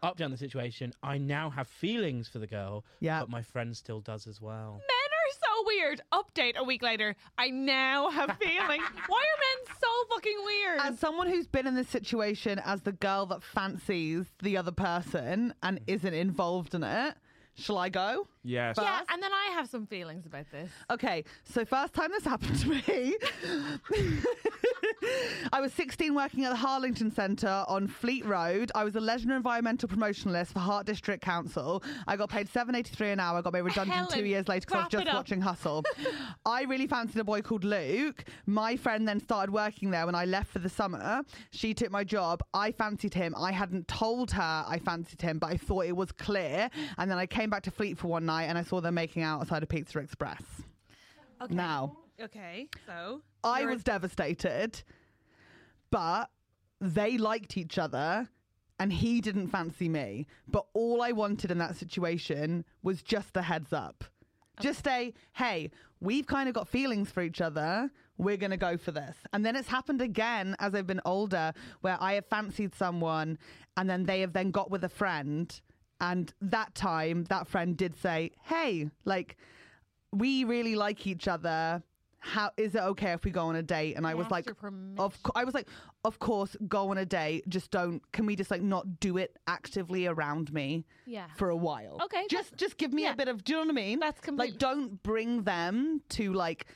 [SPEAKER 4] update on the situation. I now have feelings for the girl,
[SPEAKER 2] Yeah.
[SPEAKER 4] but my friend still does as well.
[SPEAKER 1] Men are so weird. Update a week later. I now have *laughs* feelings. Why are men so fucking weird?
[SPEAKER 2] As someone who's been in this situation as the girl that fancies the other person and isn't involved in it, shall I go?
[SPEAKER 7] Yes.
[SPEAKER 1] yeah, and then I have some feelings about this.
[SPEAKER 2] Okay, so first time this happened to me, *laughs* I was 16 working at the Harlington Centre on Fleet Road. I was a leisure environmental promotionalist for Hart District Council. I got paid 7.83 an hour. Got made redundant
[SPEAKER 1] Helen,
[SPEAKER 2] two years later because I
[SPEAKER 1] wrap
[SPEAKER 2] was
[SPEAKER 1] it
[SPEAKER 2] just
[SPEAKER 1] up.
[SPEAKER 2] watching
[SPEAKER 1] *laughs*
[SPEAKER 2] Hustle. I really fancied a boy called Luke. My friend then started working there when I left for the summer. She took my job. I fancied him. I hadn't told her I fancied him, but I thought it was clear. And then I came back to Fleet for one night and I saw them making out outside of Pizza Express.
[SPEAKER 1] Okay.
[SPEAKER 2] Now.
[SPEAKER 1] Okay, so
[SPEAKER 2] I
[SPEAKER 1] You're-
[SPEAKER 2] was devastated, but they liked each other and he didn't fancy me. But all I wanted in that situation was just the heads up. Just a, hey, we've kind of got feelings for each other. We're going to go for this. And then it's happened again as I've been older, where I have fancied someone and then they have then got with a friend. And that time, that friend did say, hey, like, we really like each other. How is it okay if we go on a date? And I was
[SPEAKER 1] asked
[SPEAKER 2] like,
[SPEAKER 1] your permission.
[SPEAKER 2] of cou- I was like, of course, go on a date. Just don't. Can we just like not do it actively around me
[SPEAKER 1] yeah.
[SPEAKER 2] for a while?
[SPEAKER 1] Okay,
[SPEAKER 2] just just give me
[SPEAKER 1] yeah.
[SPEAKER 2] a bit of. Do you know what I mean?
[SPEAKER 1] That's completely-
[SPEAKER 2] like don't bring them to like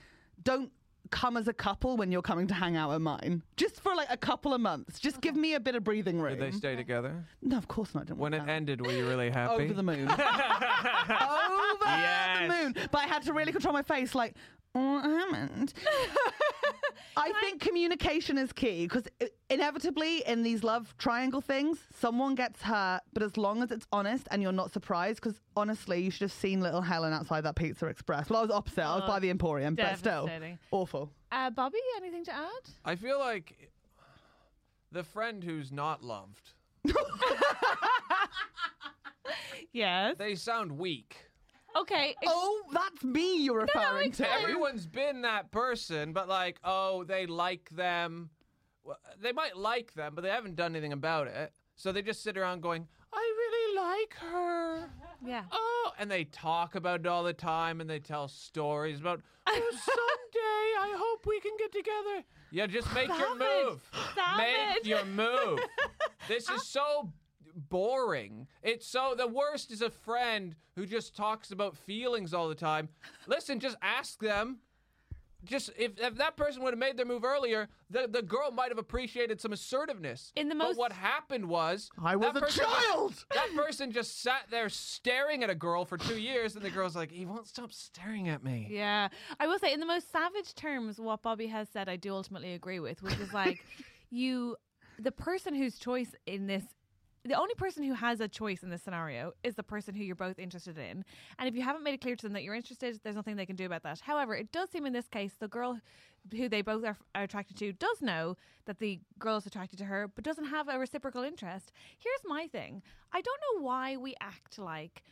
[SPEAKER 2] don't come as a couple when you're coming to hang out at mine. Just for like a couple of months. Just give me a bit of breathing room.
[SPEAKER 7] Did they stay together?
[SPEAKER 2] no, of course not. I didn't
[SPEAKER 7] When it
[SPEAKER 2] want that.
[SPEAKER 7] ended, were you really happy?
[SPEAKER 2] Over the *laughs* moon. Over
[SPEAKER 7] Yes.
[SPEAKER 2] the moon. But I had to really control my face, like, oh, I
[SPEAKER 1] *laughs*
[SPEAKER 2] haven't. I think communication is key because inevitably in these love triangle things, someone gets hurt, but as long as it's honest and you're not surprised, because honestly, you should have seen little Helen outside that Pizza Express. Well, I was opposite, I was by the Emporium, but still
[SPEAKER 1] Oh, devastating.
[SPEAKER 2] awful.
[SPEAKER 1] Uh, Bobby, anything to add?
[SPEAKER 7] I feel like the friend who's not loved.
[SPEAKER 1] Yes.
[SPEAKER 7] They sound weak.
[SPEAKER 1] Okay. ex-
[SPEAKER 2] Oh, that's me you're referring
[SPEAKER 1] it's
[SPEAKER 2] to.
[SPEAKER 1] fine.
[SPEAKER 7] Everyone's been that person, but like, oh, they like them. Well, They might like them, but they haven't done anything about it. So they just sit around going, I really like her.
[SPEAKER 1] Yeah.
[SPEAKER 7] Oh, and they talk about it all the time and they tell stories about, oh, someday I hope we can get together. Yeah, just make your
[SPEAKER 1] Savage.
[SPEAKER 7] move.
[SPEAKER 1] Savage.
[SPEAKER 7] Make
[SPEAKER 1] *laughs*
[SPEAKER 7] your move. This is so boring. It's so the worst is a friend who just talks about feelings all the time. Listen, just ask them. just if, if that person would have made their move earlier, the, the girl might have appreciated some assertiveness.
[SPEAKER 1] In the
[SPEAKER 7] But
[SPEAKER 1] most-
[SPEAKER 7] what happened was
[SPEAKER 2] I was
[SPEAKER 7] that
[SPEAKER 2] a
[SPEAKER 7] person just-
[SPEAKER 2] child.
[SPEAKER 7] that person just sat there staring at a girl for two years, and the girl's like, "He won't stop staring at me."
[SPEAKER 1] Yeah. I will say, in the most savage terms, what Bobby has said, I do ultimately agree with, which is like, you, the person whose choice in this, the only person who has a choice in this scenario is the person who you're both interested in. And if you haven't made it clear to them that you're interested, there's nothing they can do about that. However, it does seem in this case, the girl who they both are, are attracted to does know that the girl is attracted to her, but doesn't have a reciprocal interest. Here's my thing I don't know why we act like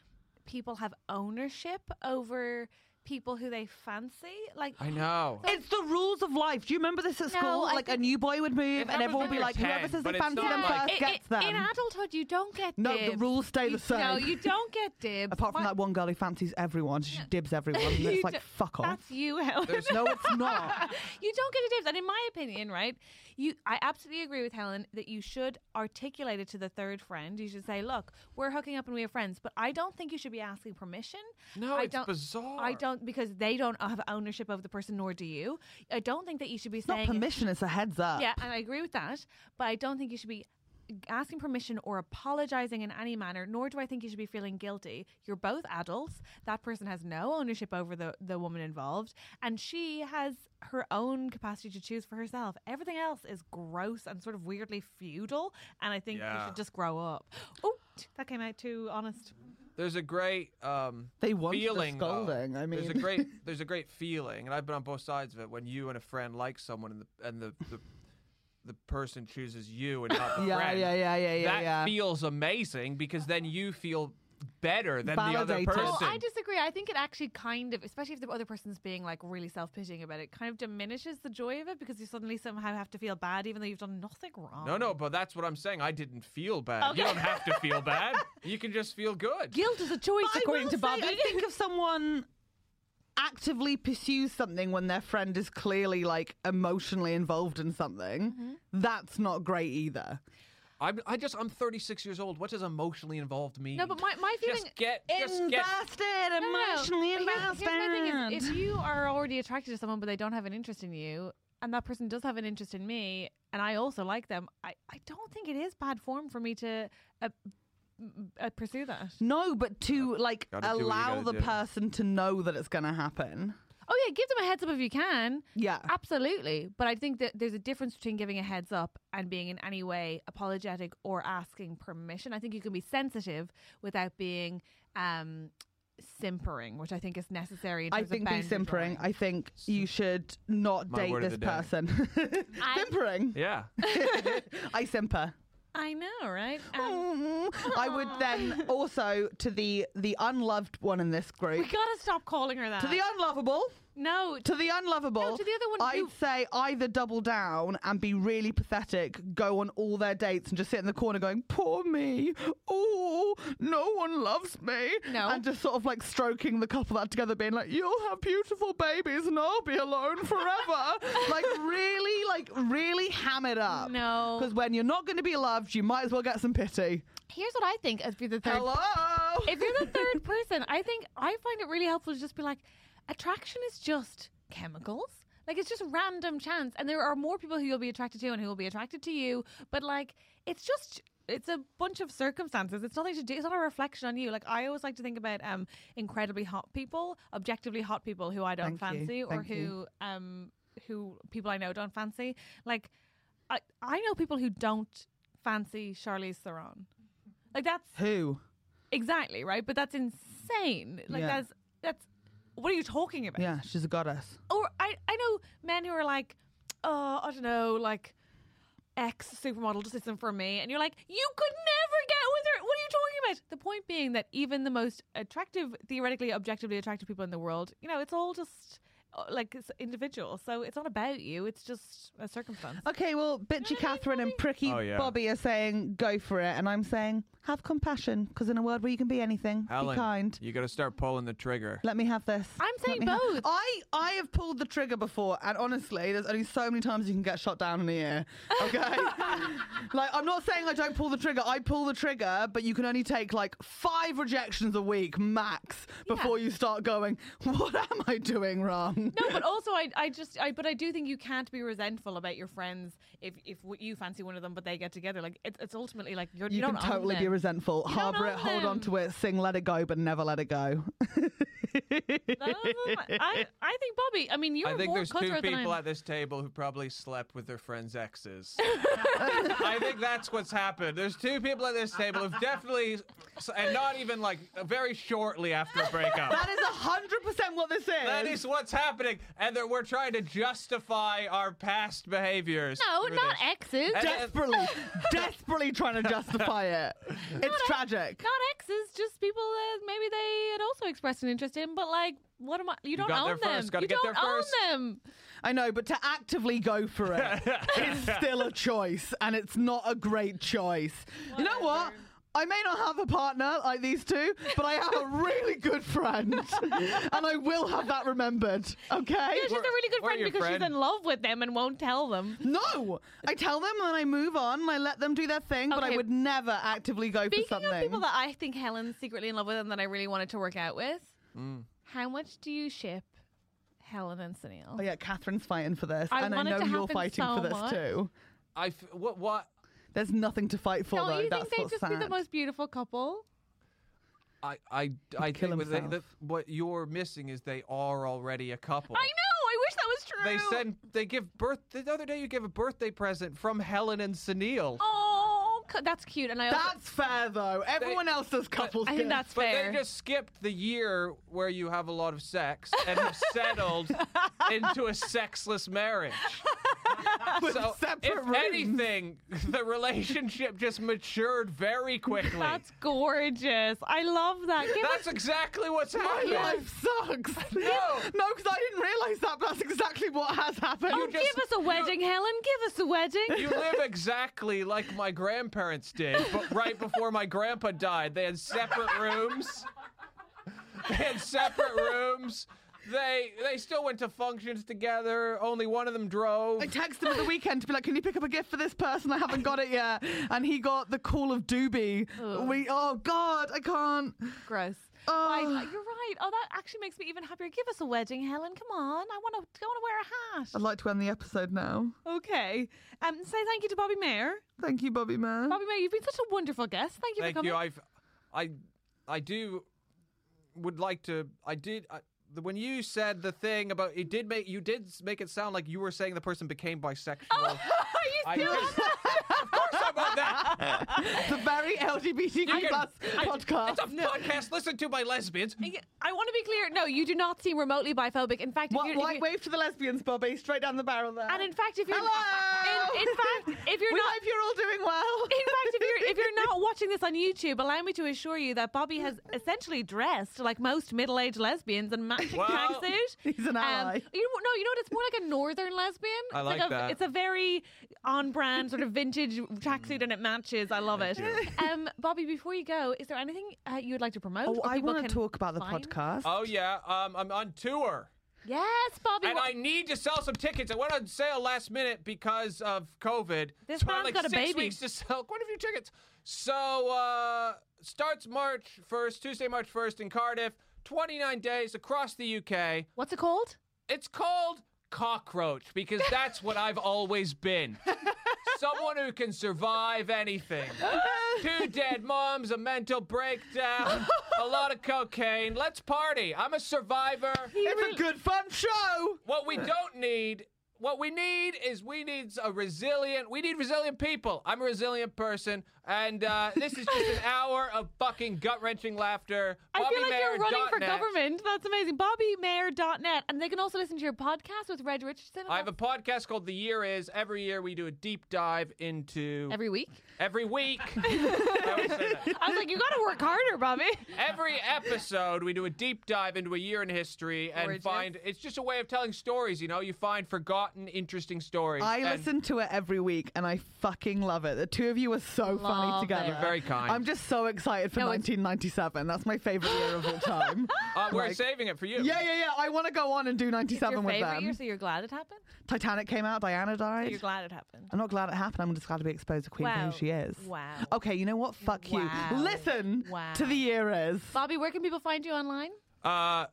[SPEAKER 1] people have ownership over people who they fancy. Like
[SPEAKER 7] I know.
[SPEAKER 2] It's the rules of life. Do you remember this at
[SPEAKER 1] No,
[SPEAKER 2] school?
[SPEAKER 1] I
[SPEAKER 2] like a
[SPEAKER 1] think-
[SPEAKER 2] new boy would move, and
[SPEAKER 7] happens
[SPEAKER 2] everyone would
[SPEAKER 7] when
[SPEAKER 2] be
[SPEAKER 7] you're
[SPEAKER 2] like, whoever
[SPEAKER 7] 10,
[SPEAKER 2] says
[SPEAKER 7] but
[SPEAKER 2] they
[SPEAKER 7] it's
[SPEAKER 2] fancy
[SPEAKER 7] not
[SPEAKER 2] them
[SPEAKER 7] like-
[SPEAKER 2] first
[SPEAKER 1] i- i-
[SPEAKER 2] gets them.
[SPEAKER 1] In adulthood, you don't get
[SPEAKER 2] No,
[SPEAKER 1] dibs.
[SPEAKER 2] the rules stay the
[SPEAKER 1] You-
[SPEAKER 2] same.
[SPEAKER 1] No, you don't get dibs.
[SPEAKER 2] Apart from
[SPEAKER 1] Why-
[SPEAKER 2] that one girl who fancies everyone, she
[SPEAKER 1] *laughs*
[SPEAKER 2] dibs everyone. And
[SPEAKER 1] You
[SPEAKER 2] it's like,
[SPEAKER 1] do-
[SPEAKER 2] fuck off.
[SPEAKER 1] That's *laughs* you, Helen.
[SPEAKER 2] No, it's not.
[SPEAKER 1] you don't get a dibs. And in my opinion, right, you I absolutely agree with Helen that you should articulate it to the third friend. You should say, Look, we're hooking up and we are friends, but I don't think you should be asking permission.
[SPEAKER 7] No,
[SPEAKER 1] I
[SPEAKER 7] it's
[SPEAKER 1] don't,
[SPEAKER 7] bizarre.
[SPEAKER 1] I don't because they don't have ownership of the person, nor do you. I don't think that you should be
[SPEAKER 2] It's not
[SPEAKER 1] saying
[SPEAKER 2] permission, it's a heads up.
[SPEAKER 1] Yeah, and I agree with that, but I don't think you should be asking permission or apologizing in any manner, nor do I think you should be feeling guilty. You're both adults. That person has no ownership over the, the woman involved, and she has her own capacity to choose for herself. Everything else is gross and sort of weirdly feudal, and I think you
[SPEAKER 7] Yeah.
[SPEAKER 1] should just grow up. Oh, that came out too honest.
[SPEAKER 7] There's a great um,
[SPEAKER 2] They wanted
[SPEAKER 7] feeling.
[SPEAKER 2] a
[SPEAKER 7] though.
[SPEAKER 2] scolding. I mean,
[SPEAKER 7] there's a great
[SPEAKER 2] *laughs*
[SPEAKER 7] there's a great feeling, and I've been on both sides of it. When you and a friend like someone, and the and the the, the person chooses you and not the
[SPEAKER 2] *laughs* yeah,
[SPEAKER 7] friend.
[SPEAKER 2] yeah, yeah, yeah, yeah,
[SPEAKER 7] that
[SPEAKER 2] yeah.
[SPEAKER 7] feels amazing because then you feel better than
[SPEAKER 2] Validated.
[SPEAKER 7] the other
[SPEAKER 1] Well,
[SPEAKER 7] person.
[SPEAKER 1] Oh, I disagree. I think it actually kind of, especially if the other person's being like really self pitying about it, kind of diminishes the joy of it because you suddenly somehow have to feel bad even though you've done nothing wrong.
[SPEAKER 7] no, no, but that's what I'm saying. I didn't feel bad. You
[SPEAKER 1] Okay.
[SPEAKER 7] don't have to
[SPEAKER 1] *laughs*
[SPEAKER 7] feel bad. You can just feel good.
[SPEAKER 1] Guilt is a choice,
[SPEAKER 2] I
[SPEAKER 1] according
[SPEAKER 2] will
[SPEAKER 1] to
[SPEAKER 2] say,
[SPEAKER 1] Bobby.
[SPEAKER 2] I think if someone actively pursues something when their friend is clearly like emotionally involved in something,
[SPEAKER 1] Mm-hmm.
[SPEAKER 2] that's not great either.
[SPEAKER 7] I'm, I just, I'm 36 years old. What does emotionally involved mean?
[SPEAKER 1] no, but my, my feeling.
[SPEAKER 7] just get, just get.
[SPEAKER 2] invested,
[SPEAKER 1] No, no, no.
[SPEAKER 2] emotionally
[SPEAKER 1] But here's-
[SPEAKER 2] invested.
[SPEAKER 1] here's my thing is, if you are already attracted to someone but they don't have an interest in you, and that person does have an interest in me, and I also like them, I, I don't think it is bad form for me to uh, m- uh, pursue that.
[SPEAKER 2] no, but to like
[SPEAKER 7] Gotta do what you
[SPEAKER 2] allow
[SPEAKER 7] gotta
[SPEAKER 2] the
[SPEAKER 7] do.
[SPEAKER 2] person to know that it's going to happen.
[SPEAKER 1] Oh, yeah, give them a heads up if you can.
[SPEAKER 2] Yeah.
[SPEAKER 1] Absolutely. But I think that there's a difference between giving a heads up and being in any way apologetic or asking permission. I think you can be sensitive without being um, simpering, which I think is necessary. In
[SPEAKER 2] I
[SPEAKER 1] terms of
[SPEAKER 2] think be
[SPEAKER 1] boundary
[SPEAKER 2] simpering.
[SPEAKER 1] drawing.
[SPEAKER 2] I think you should not
[SPEAKER 7] My
[SPEAKER 2] date
[SPEAKER 7] word of
[SPEAKER 2] this
[SPEAKER 7] the day.
[SPEAKER 2] person. *laughs* simpering.
[SPEAKER 7] Yeah.
[SPEAKER 2] I simper.
[SPEAKER 1] I know, right? Um,
[SPEAKER 2] Mm. I would then also to the the unloved one in this
[SPEAKER 1] we
[SPEAKER 2] group.
[SPEAKER 1] gotta stop calling her that.
[SPEAKER 2] To the unlovable,
[SPEAKER 1] no,
[SPEAKER 2] to the unlovable.
[SPEAKER 1] No, to the other one
[SPEAKER 2] I'd
[SPEAKER 1] who-
[SPEAKER 2] say either double down and be really pathetic, go on all their dates and just sit in the corner going, "Poor me, oh, no one loves me,"
[SPEAKER 1] No.
[SPEAKER 2] and just sort of like stroking the couple that are together, being like, "You'll have beautiful babies and I'll be alone
[SPEAKER 1] *laughs*
[SPEAKER 2] forever." like really, like really ham it up.
[SPEAKER 1] No.
[SPEAKER 2] because when you're not going to be loved, you might as well get some pity.
[SPEAKER 1] here's what I think as be the third
[SPEAKER 2] Hello.
[SPEAKER 1] if you're the third person, I think I find it really helpful to just be like, attraction is just chemicals. Like it's just random chance, and there are more people who you'll be attracted to and who will be attracted to you. But like, it's just it's a bunch of circumstances. It's nothing to do. It's not a reflection on you. Like I always like to think about um incredibly hot people, objectively hot people who I don't
[SPEAKER 2] Thank you.
[SPEAKER 1] fancy or
[SPEAKER 2] Thank
[SPEAKER 1] who
[SPEAKER 2] you.
[SPEAKER 1] um who people I know don't fancy. Like I I know people who don't fancy Charlize Theron. Like that's
[SPEAKER 2] Who?
[SPEAKER 1] Exactly, right? But that's insane. Like
[SPEAKER 2] Yeah.
[SPEAKER 1] that's that's what are you talking about?
[SPEAKER 2] Yeah, she's a goddess.
[SPEAKER 1] Or I I know men who are like, oh, I don't know, like ex supermodel just isn't for me. And you're like, you could never get with her. What are you talking about? The point being that even the most attractive, theoretically, objectively attractive people in the world, you know, it's all just uh, like it's individual. So it's not about you. It's just a circumstance.
[SPEAKER 2] Okay, well, bitchy
[SPEAKER 1] know what I mean,
[SPEAKER 2] Catherine and pricky
[SPEAKER 7] Oh, yeah.
[SPEAKER 2] Bobby are saying go for it, and I'm saying Have compassion, because in a world where you can be anything,
[SPEAKER 7] Alan,
[SPEAKER 2] be kind.
[SPEAKER 7] you got to start pulling the trigger.
[SPEAKER 2] Let me have this.
[SPEAKER 1] I'm
[SPEAKER 2] Let
[SPEAKER 1] saying
[SPEAKER 2] me ha-
[SPEAKER 1] both.
[SPEAKER 2] I I have pulled the trigger before, and honestly, there's only so many times you can get shot down in a year. Okay,
[SPEAKER 1] *laughs*
[SPEAKER 2] like I'm not saying I don't pull the trigger. I pull the trigger, but you can only take like five rejections a week max before you start going. What am I doing wrong?
[SPEAKER 1] No, but also I, I just, I, but I do think you can't be resentful about your friends if if w- you fancy one of them, but they get together. Like it's, it's ultimately like you're, you,
[SPEAKER 2] You
[SPEAKER 1] don't
[SPEAKER 2] can
[SPEAKER 1] own
[SPEAKER 2] totally be
[SPEAKER 1] them.
[SPEAKER 2] resentful,
[SPEAKER 1] You don't
[SPEAKER 2] harbour it,
[SPEAKER 1] own
[SPEAKER 2] hold on
[SPEAKER 1] them.
[SPEAKER 2] to it, sing "Let It Go," but never let
[SPEAKER 1] *laughs*
[SPEAKER 2] it go.
[SPEAKER 1] That was- I, I think Bobby. I mean, you're
[SPEAKER 7] I think
[SPEAKER 1] more
[SPEAKER 7] there's two
[SPEAKER 1] cutthroat than
[SPEAKER 7] people
[SPEAKER 1] I'm-
[SPEAKER 7] at this table who probably slept with their friends'
[SPEAKER 1] *laughs*
[SPEAKER 7] exes. I think that's what's happened. There's two people at this table who've definitely, and not even like very shortly after a breakup.
[SPEAKER 2] that is hundred percent what this is.
[SPEAKER 7] That is what's happening, and that we're trying to justify our past behaviors.
[SPEAKER 1] No,
[SPEAKER 7] through
[SPEAKER 1] not
[SPEAKER 7] this.
[SPEAKER 1] exes.
[SPEAKER 7] And-
[SPEAKER 1] *laughs*
[SPEAKER 2] *laughs* desperately, desperately trying to justify it. It's tragic.
[SPEAKER 1] not exes, just people that maybe they had also expressed an interest in, but like, what am I? You don't
[SPEAKER 7] got
[SPEAKER 1] own
[SPEAKER 7] there
[SPEAKER 1] them.
[SPEAKER 7] first, gotta
[SPEAKER 1] you
[SPEAKER 7] get
[SPEAKER 1] don't
[SPEAKER 7] there first.
[SPEAKER 1] own them.
[SPEAKER 2] I know, but to actively go for
[SPEAKER 7] *laughs*
[SPEAKER 2] it is still a choice, and it's not a great choice. You know what? I may not have a partner like these two, but I have a really good
[SPEAKER 1] *laughs*
[SPEAKER 2] friend, and I will have that remembered. Okay?
[SPEAKER 1] Yeah, she's a really good
[SPEAKER 7] we're
[SPEAKER 1] friend
[SPEAKER 7] your
[SPEAKER 1] because she's
[SPEAKER 7] friend.
[SPEAKER 1] in love with them and won't tell them.
[SPEAKER 2] no, I tell them and I move on. and I let them do their thing, but I
[SPEAKER 1] Okay.
[SPEAKER 2] would never actively go for
[SPEAKER 1] Speaking
[SPEAKER 2] something.
[SPEAKER 1] of people that I think Helen's secretly in love with and that I really wanted to work out with,
[SPEAKER 2] Mm.
[SPEAKER 1] how much do you ship Helen and Sunil?
[SPEAKER 2] oh yeah, Catherine's fighting for this,
[SPEAKER 1] I
[SPEAKER 2] and I
[SPEAKER 1] want it
[SPEAKER 2] know
[SPEAKER 1] to
[SPEAKER 2] you're
[SPEAKER 1] happen
[SPEAKER 2] fighting
[SPEAKER 1] so
[SPEAKER 2] for this
[SPEAKER 1] much.
[SPEAKER 2] too.
[SPEAKER 7] I f- what what
[SPEAKER 2] There's nothing to fight for
[SPEAKER 1] Don't
[SPEAKER 2] though.
[SPEAKER 1] you
[SPEAKER 2] That's
[SPEAKER 1] think they'd
[SPEAKER 2] what's
[SPEAKER 1] just
[SPEAKER 2] sad.
[SPEAKER 1] be the most beautiful couple?
[SPEAKER 7] I I I
[SPEAKER 2] kill
[SPEAKER 7] think with the, the,
[SPEAKER 2] himself.
[SPEAKER 7] what you're missing is they are already a couple.
[SPEAKER 1] I know. I wish that was true.
[SPEAKER 7] They send they give birth the other day you gave a birthday present from Helen and Sunil.
[SPEAKER 1] Oh, cu- that's cute. And I also,
[SPEAKER 2] That's fair though. Everyone else does couples.
[SPEAKER 1] I think
[SPEAKER 2] gifts. *laughs*
[SPEAKER 1] that's
[SPEAKER 7] But
[SPEAKER 1] fair.
[SPEAKER 7] they just skipped the year where you have a lot of sex and
[SPEAKER 1] *laughs*
[SPEAKER 7] have settled into a sexless marriage. so
[SPEAKER 2] separate
[SPEAKER 7] if
[SPEAKER 2] rooms.
[SPEAKER 7] anything, the relationship just matured very quickly.
[SPEAKER 1] That's gorgeous. I love that. Give us
[SPEAKER 7] That's exactly what's
[SPEAKER 2] My
[SPEAKER 7] happening.
[SPEAKER 2] life sucks.
[SPEAKER 7] No.
[SPEAKER 2] *laughs* no, because I didn't realize that. But that's exactly what has happened.
[SPEAKER 1] Oh,
[SPEAKER 7] just-
[SPEAKER 1] give us a wedding, Helen. Give us a wedding.
[SPEAKER 7] You live exactly like my grandparents did, but right before my grandpa died, they had separate rooms. They had separate rooms. They they still went to functions together. Only one of them drove.
[SPEAKER 2] I texted him at the weekend to be like, "Can you pick up a gift for this person? I haven't got it yet." And he got the call of Doobie. We, oh God, I can't.
[SPEAKER 1] *laughs* Gross. Right,
[SPEAKER 2] Oh.
[SPEAKER 1] you're right. Oh, that actually makes me even happier. Give us a wedding, Helen. Come on. I want to. I want to
[SPEAKER 2] I'd
[SPEAKER 1] wear
[SPEAKER 2] like to end the episode now.
[SPEAKER 1] a hat. Okay. Um. Say thank you to Bobby Mayer.
[SPEAKER 2] Thank you, Bobby Mayer.
[SPEAKER 1] Bobby Mayer, you've been such a wonderful guest. Thank you for
[SPEAKER 7] Thank
[SPEAKER 1] coming.
[SPEAKER 7] you. I've I I do would like to. I did. I, the- when you said the thing about it did make you did s- make it sound like you were saying the person became bisexual.
[SPEAKER 1] *laughs* Are
[SPEAKER 7] I
[SPEAKER 1] you still
[SPEAKER 7] just- of course I'm on that.
[SPEAKER 2] the very LGBTQ plus podcast.
[SPEAKER 7] It's a podcast listened to by lesbians.
[SPEAKER 1] Yeah, I want to be clear. No, you do not seem remotely biphobic. In fact, if
[SPEAKER 2] Wha-
[SPEAKER 1] you're, if
[SPEAKER 2] white
[SPEAKER 1] you-
[SPEAKER 2] wave to the lesbians, Bobby. Straight down the barrel there.
[SPEAKER 1] and in fact, if you're,
[SPEAKER 2] Hello!
[SPEAKER 1] In, in fact, if you're
[SPEAKER 2] we
[SPEAKER 1] not,
[SPEAKER 2] hope you're all doing well.
[SPEAKER 1] In fact, *laughs* if you're if you're
[SPEAKER 2] *laughs*
[SPEAKER 1] not watching this on YouTube, allow me to assure you that Bobby has essentially dressed like most middle-aged lesbians in matching
[SPEAKER 7] Well,
[SPEAKER 1] tracksuit.
[SPEAKER 2] he's an ally.
[SPEAKER 1] you know, no, you know what? It's more like a northern lesbian.
[SPEAKER 7] I
[SPEAKER 1] It's
[SPEAKER 7] like
[SPEAKER 1] a,
[SPEAKER 7] that.
[SPEAKER 1] It's a very on-brand sort of vintage tracksuit, and it matches. I love it. Um, Bobby, before you go, is there anything uh, you would like to promote?
[SPEAKER 2] Oh,
[SPEAKER 1] that
[SPEAKER 2] I
[SPEAKER 1] people
[SPEAKER 2] want
[SPEAKER 1] can
[SPEAKER 2] to talk about the
[SPEAKER 1] find?
[SPEAKER 2] podcast.
[SPEAKER 7] Oh yeah, um, I'm on tour.
[SPEAKER 1] Yes, Bobby.
[SPEAKER 7] And
[SPEAKER 1] what-
[SPEAKER 7] I need to sell some tickets. I went on sale last minute because of COVID.
[SPEAKER 1] This
[SPEAKER 7] so I had,
[SPEAKER 1] man's
[SPEAKER 7] like
[SPEAKER 1] got a
[SPEAKER 7] six
[SPEAKER 1] baby.
[SPEAKER 7] weeks to *laughs* sell quite a few tickets. So uh, starts March 1st, Tuesday, March 1st in Cardiff. 29 days across the UK.
[SPEAKER 1] what's it called?
[SPEAKER 7] It's called Cockroach because that's what I've always
[SPEAKER 1] *laughs*
[SPEAKER 7] been. Someone who can survive anything. Two dead moms, a mental breakdown, a lot of cocaine. Let's party. I'm a survivor.
[SPEAKER 2] it's a good fun show.
[SPEAKER 7] What we don't need, what we need is we need a resilient. We need resilient people. I'm a resilient person, and uh, this is just an hour of fucking gut wrenching laughter.
[SPEAKER 1] I feel like you're running for
[SPEAKER 7] BobbyMayer.net.
[SPEAKER 1] government. That's amazing. BobbyMayer.net. And they can also listen to your podcast with Red Richardson.
[SPEAKER 7] I have a podcast called The Year Is. Every year we do a deep dive into
[SPEAKER 1] every week. *laughs*
[SPEAKER 7] every week. I always say that.
[SPEAKER 1] I was like, you got to work harder,
[SPEAKER 2] *laughs*
[SPEAKER 1] Bobby.
[SPEAKER 7] Every episode, we do a deep dive into a year in history and
[SPEAKER 1] Gorgeous.
[SPEAKER 7] find it's just a way of telling stories. You know, you find forgotten, interesting stories.
[SPEAKER 2] I
[SPEAKER 7] and
[SPEAKER 2] listen to it every week and I fucking love it. The two of you are so funny
[SPEAKER 1] Love
[SPEAKER 2] together.
[SPEAKER 1] it. You're
[SPEAKER 7] very kind.
[SPEAKER 2] I'm just so excited for
[SPEAKER 1] No, it's-
[SPEAKER 2] 1997. That's my favorite
[SPEAKER 1] *laughs*
[SPEAKER 2] year of all time.
[SPEAKER 7] uh, we're
[SPEAKER 2] like-
[SPEAKER 7] saving it for you.
[SPEAKER 2] yeah, yeah, yeah. I want to go on and do
[SPEAKER 1] It's your
[SPEAKER 2] 97 with
[SPEAKER 1] favorite
[SPEAKER 2] them.
[SPEAKER 1] year, so you're glad it happened.
[SPEAKER 2] Titanic came out, Diana
[SPEAKER 1] So
[SPEAKER 2] died.
[SPEAKER 1] you're glad it happened.
[SPEAKER 2] I'm not glad it happened. I'm just glad to be exposed to Queen
[SPEAKER 1] Wow.
[SPEAKER 2] for who she is. Oh.
[SPEAKER 1] Wow.
[SPEAKER 2] Okay, you know what? Fuck
[SPEAKER 1] Wow.
[SPEAKER 2] you. Listen
[SPEAKER 1] Wow.
[SPEAKER 2] to the year is.
[SPEAKER 1] Bobby, where can people find you online?
[SPEAKER 7] Uh,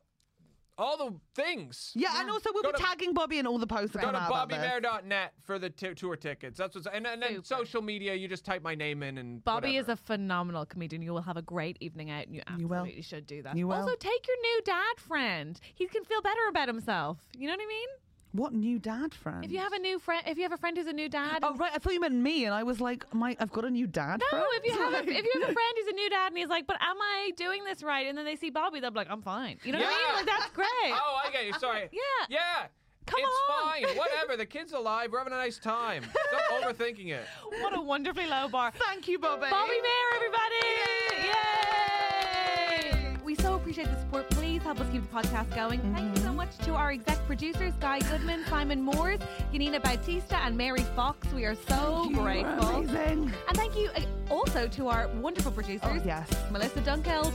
[SPEAKER 7] all the things.
[SPEAKER 2] Yeah, and also we'll
[SPEAKER 7] Go
[SPEAKER 2] be
[SPEAKER 7] to-
[SPEAKER 2] tagging Bobby in all the posts that
[SPEAKER 7] Go
[SPEAKER 2] come
[SPEAKER 7] to
[SPEAKER 2] out about this.
[SPEAKER 7] BobbyMayer.net for the t- tour tickets. That's what's and, and then
[SPEAKER 1] Super.
[SPEAKER 7] social media. You just type my name in and
[SPEAKER 1] Bobby
[SPEAKER 7] whatever.
[SPEAKER 1] is a phenomenal comedian. You will have a great evening out, and you
[SPEAKER 2] You
[SPEAKER 1] absolutely
[SPEAKER 2] will.
[SPEAKER 1] should do that.
[SPEAKER 2] You will.
[SPEAKER 1] Also, take your new dad friend. He can feel better about himself. You know what I mean?
[SPEAKER 2] What new dad friend?
[SPEAKER 1] If you have a new friend, if you have a friend who's a new dad,
[SPEAKER 2] Oh right, I thought you meant me, and I was like, my, I've got a new dad.
[SPEAKER 1] no.
[SPEAKER 2] friend?
[SPEAKER 1] If you have, a,
[SPEAKER 2] *laughs* Like-
[SPEAKER 1] if you have a friend who's a new dad, and he's like, "But am I doing this right?" and then they see Bobby, they'll be like, "I'm fine." You know what I
[SPEAKER 7] Yeah.
[SPEAKER 1] mean? Like that's
[SPEAKER 2] *laughs*
[SPEAKER 1] great.
[SPEAKER 7] Oh, I get you. Sorry.
[SPEAKER 1] *laughs* Yeah.
[SPEAKER 7] Yeah.
[SPEAKER 1] Come
[SPEAKER 7] it's
[SPEAKER 1] on.
[SPEAKER 7] fine. Whatever. The kid's alive. We're having a
[SPEAKER 1] *laughs*
[SPEAKER 7] nice time. Stop overthinking it.
[SPEAKER 1] What a wonderfully low bar.
[SPEAKER 2] Thank you, Bobby.
[SPEAKER 1] Bobby Mayer, everybody! Yay! We so appreciate the support. Please help us keep the podcast going. Thank you so much to our exec producers, Guy Goodman, Simon Moores, Yanina Bautista, and Mary Fox. We are so grateful.
[SPEAKER 2] Amazing.
[SPEAKER 1] And thank you uh, also to our wonderful producers,
[SPEAKER 2] Oh, yes.
[SPEAKER 1] Melissa Dunkeld,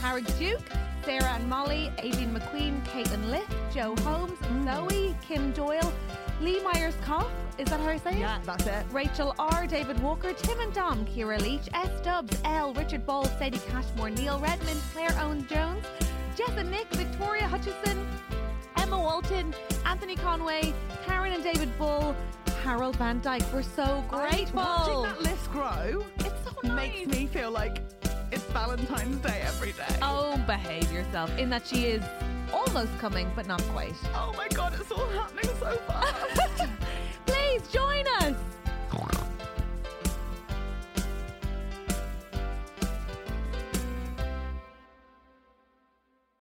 [SPEAKER 1] Carrick Duke, Sarah and Molly, Aileen McQueen, Caitlin Liff, Joe Holmes, Zoe, Kim Doyle, Lee Myers Koff. Is that how I say it?
[SPEAKER 2] Yeah, that's it.
[SPEAKER 1] Rachel R, David Walker, Tim and Dom, Kira Leach, S Dubs, L, Richard Ball, Sadie Cashmore, Neil Redmond, Claire Owens Jones, Jess and Nick, Victoria Hutchison, Emma Walton, Anthony Conway, Karen and David Bull, Harold Van Dyke. We're so
[SPEAKER 2] Watching
[SPEAKER 1] grateful.
[SPEAKER 2] that list grow
[SPEAKER 1] It's so nice.
[SPEAKER 2] makes me feel like it's Valentine's Day every day.
[SPEAKER 1] Oh, behave yourself. In that she is almost coming, but not quite.
[SPEAKER 2] Oh my god, it's all happening so fast.
[SPEAKER 1] *laughs* Please join us.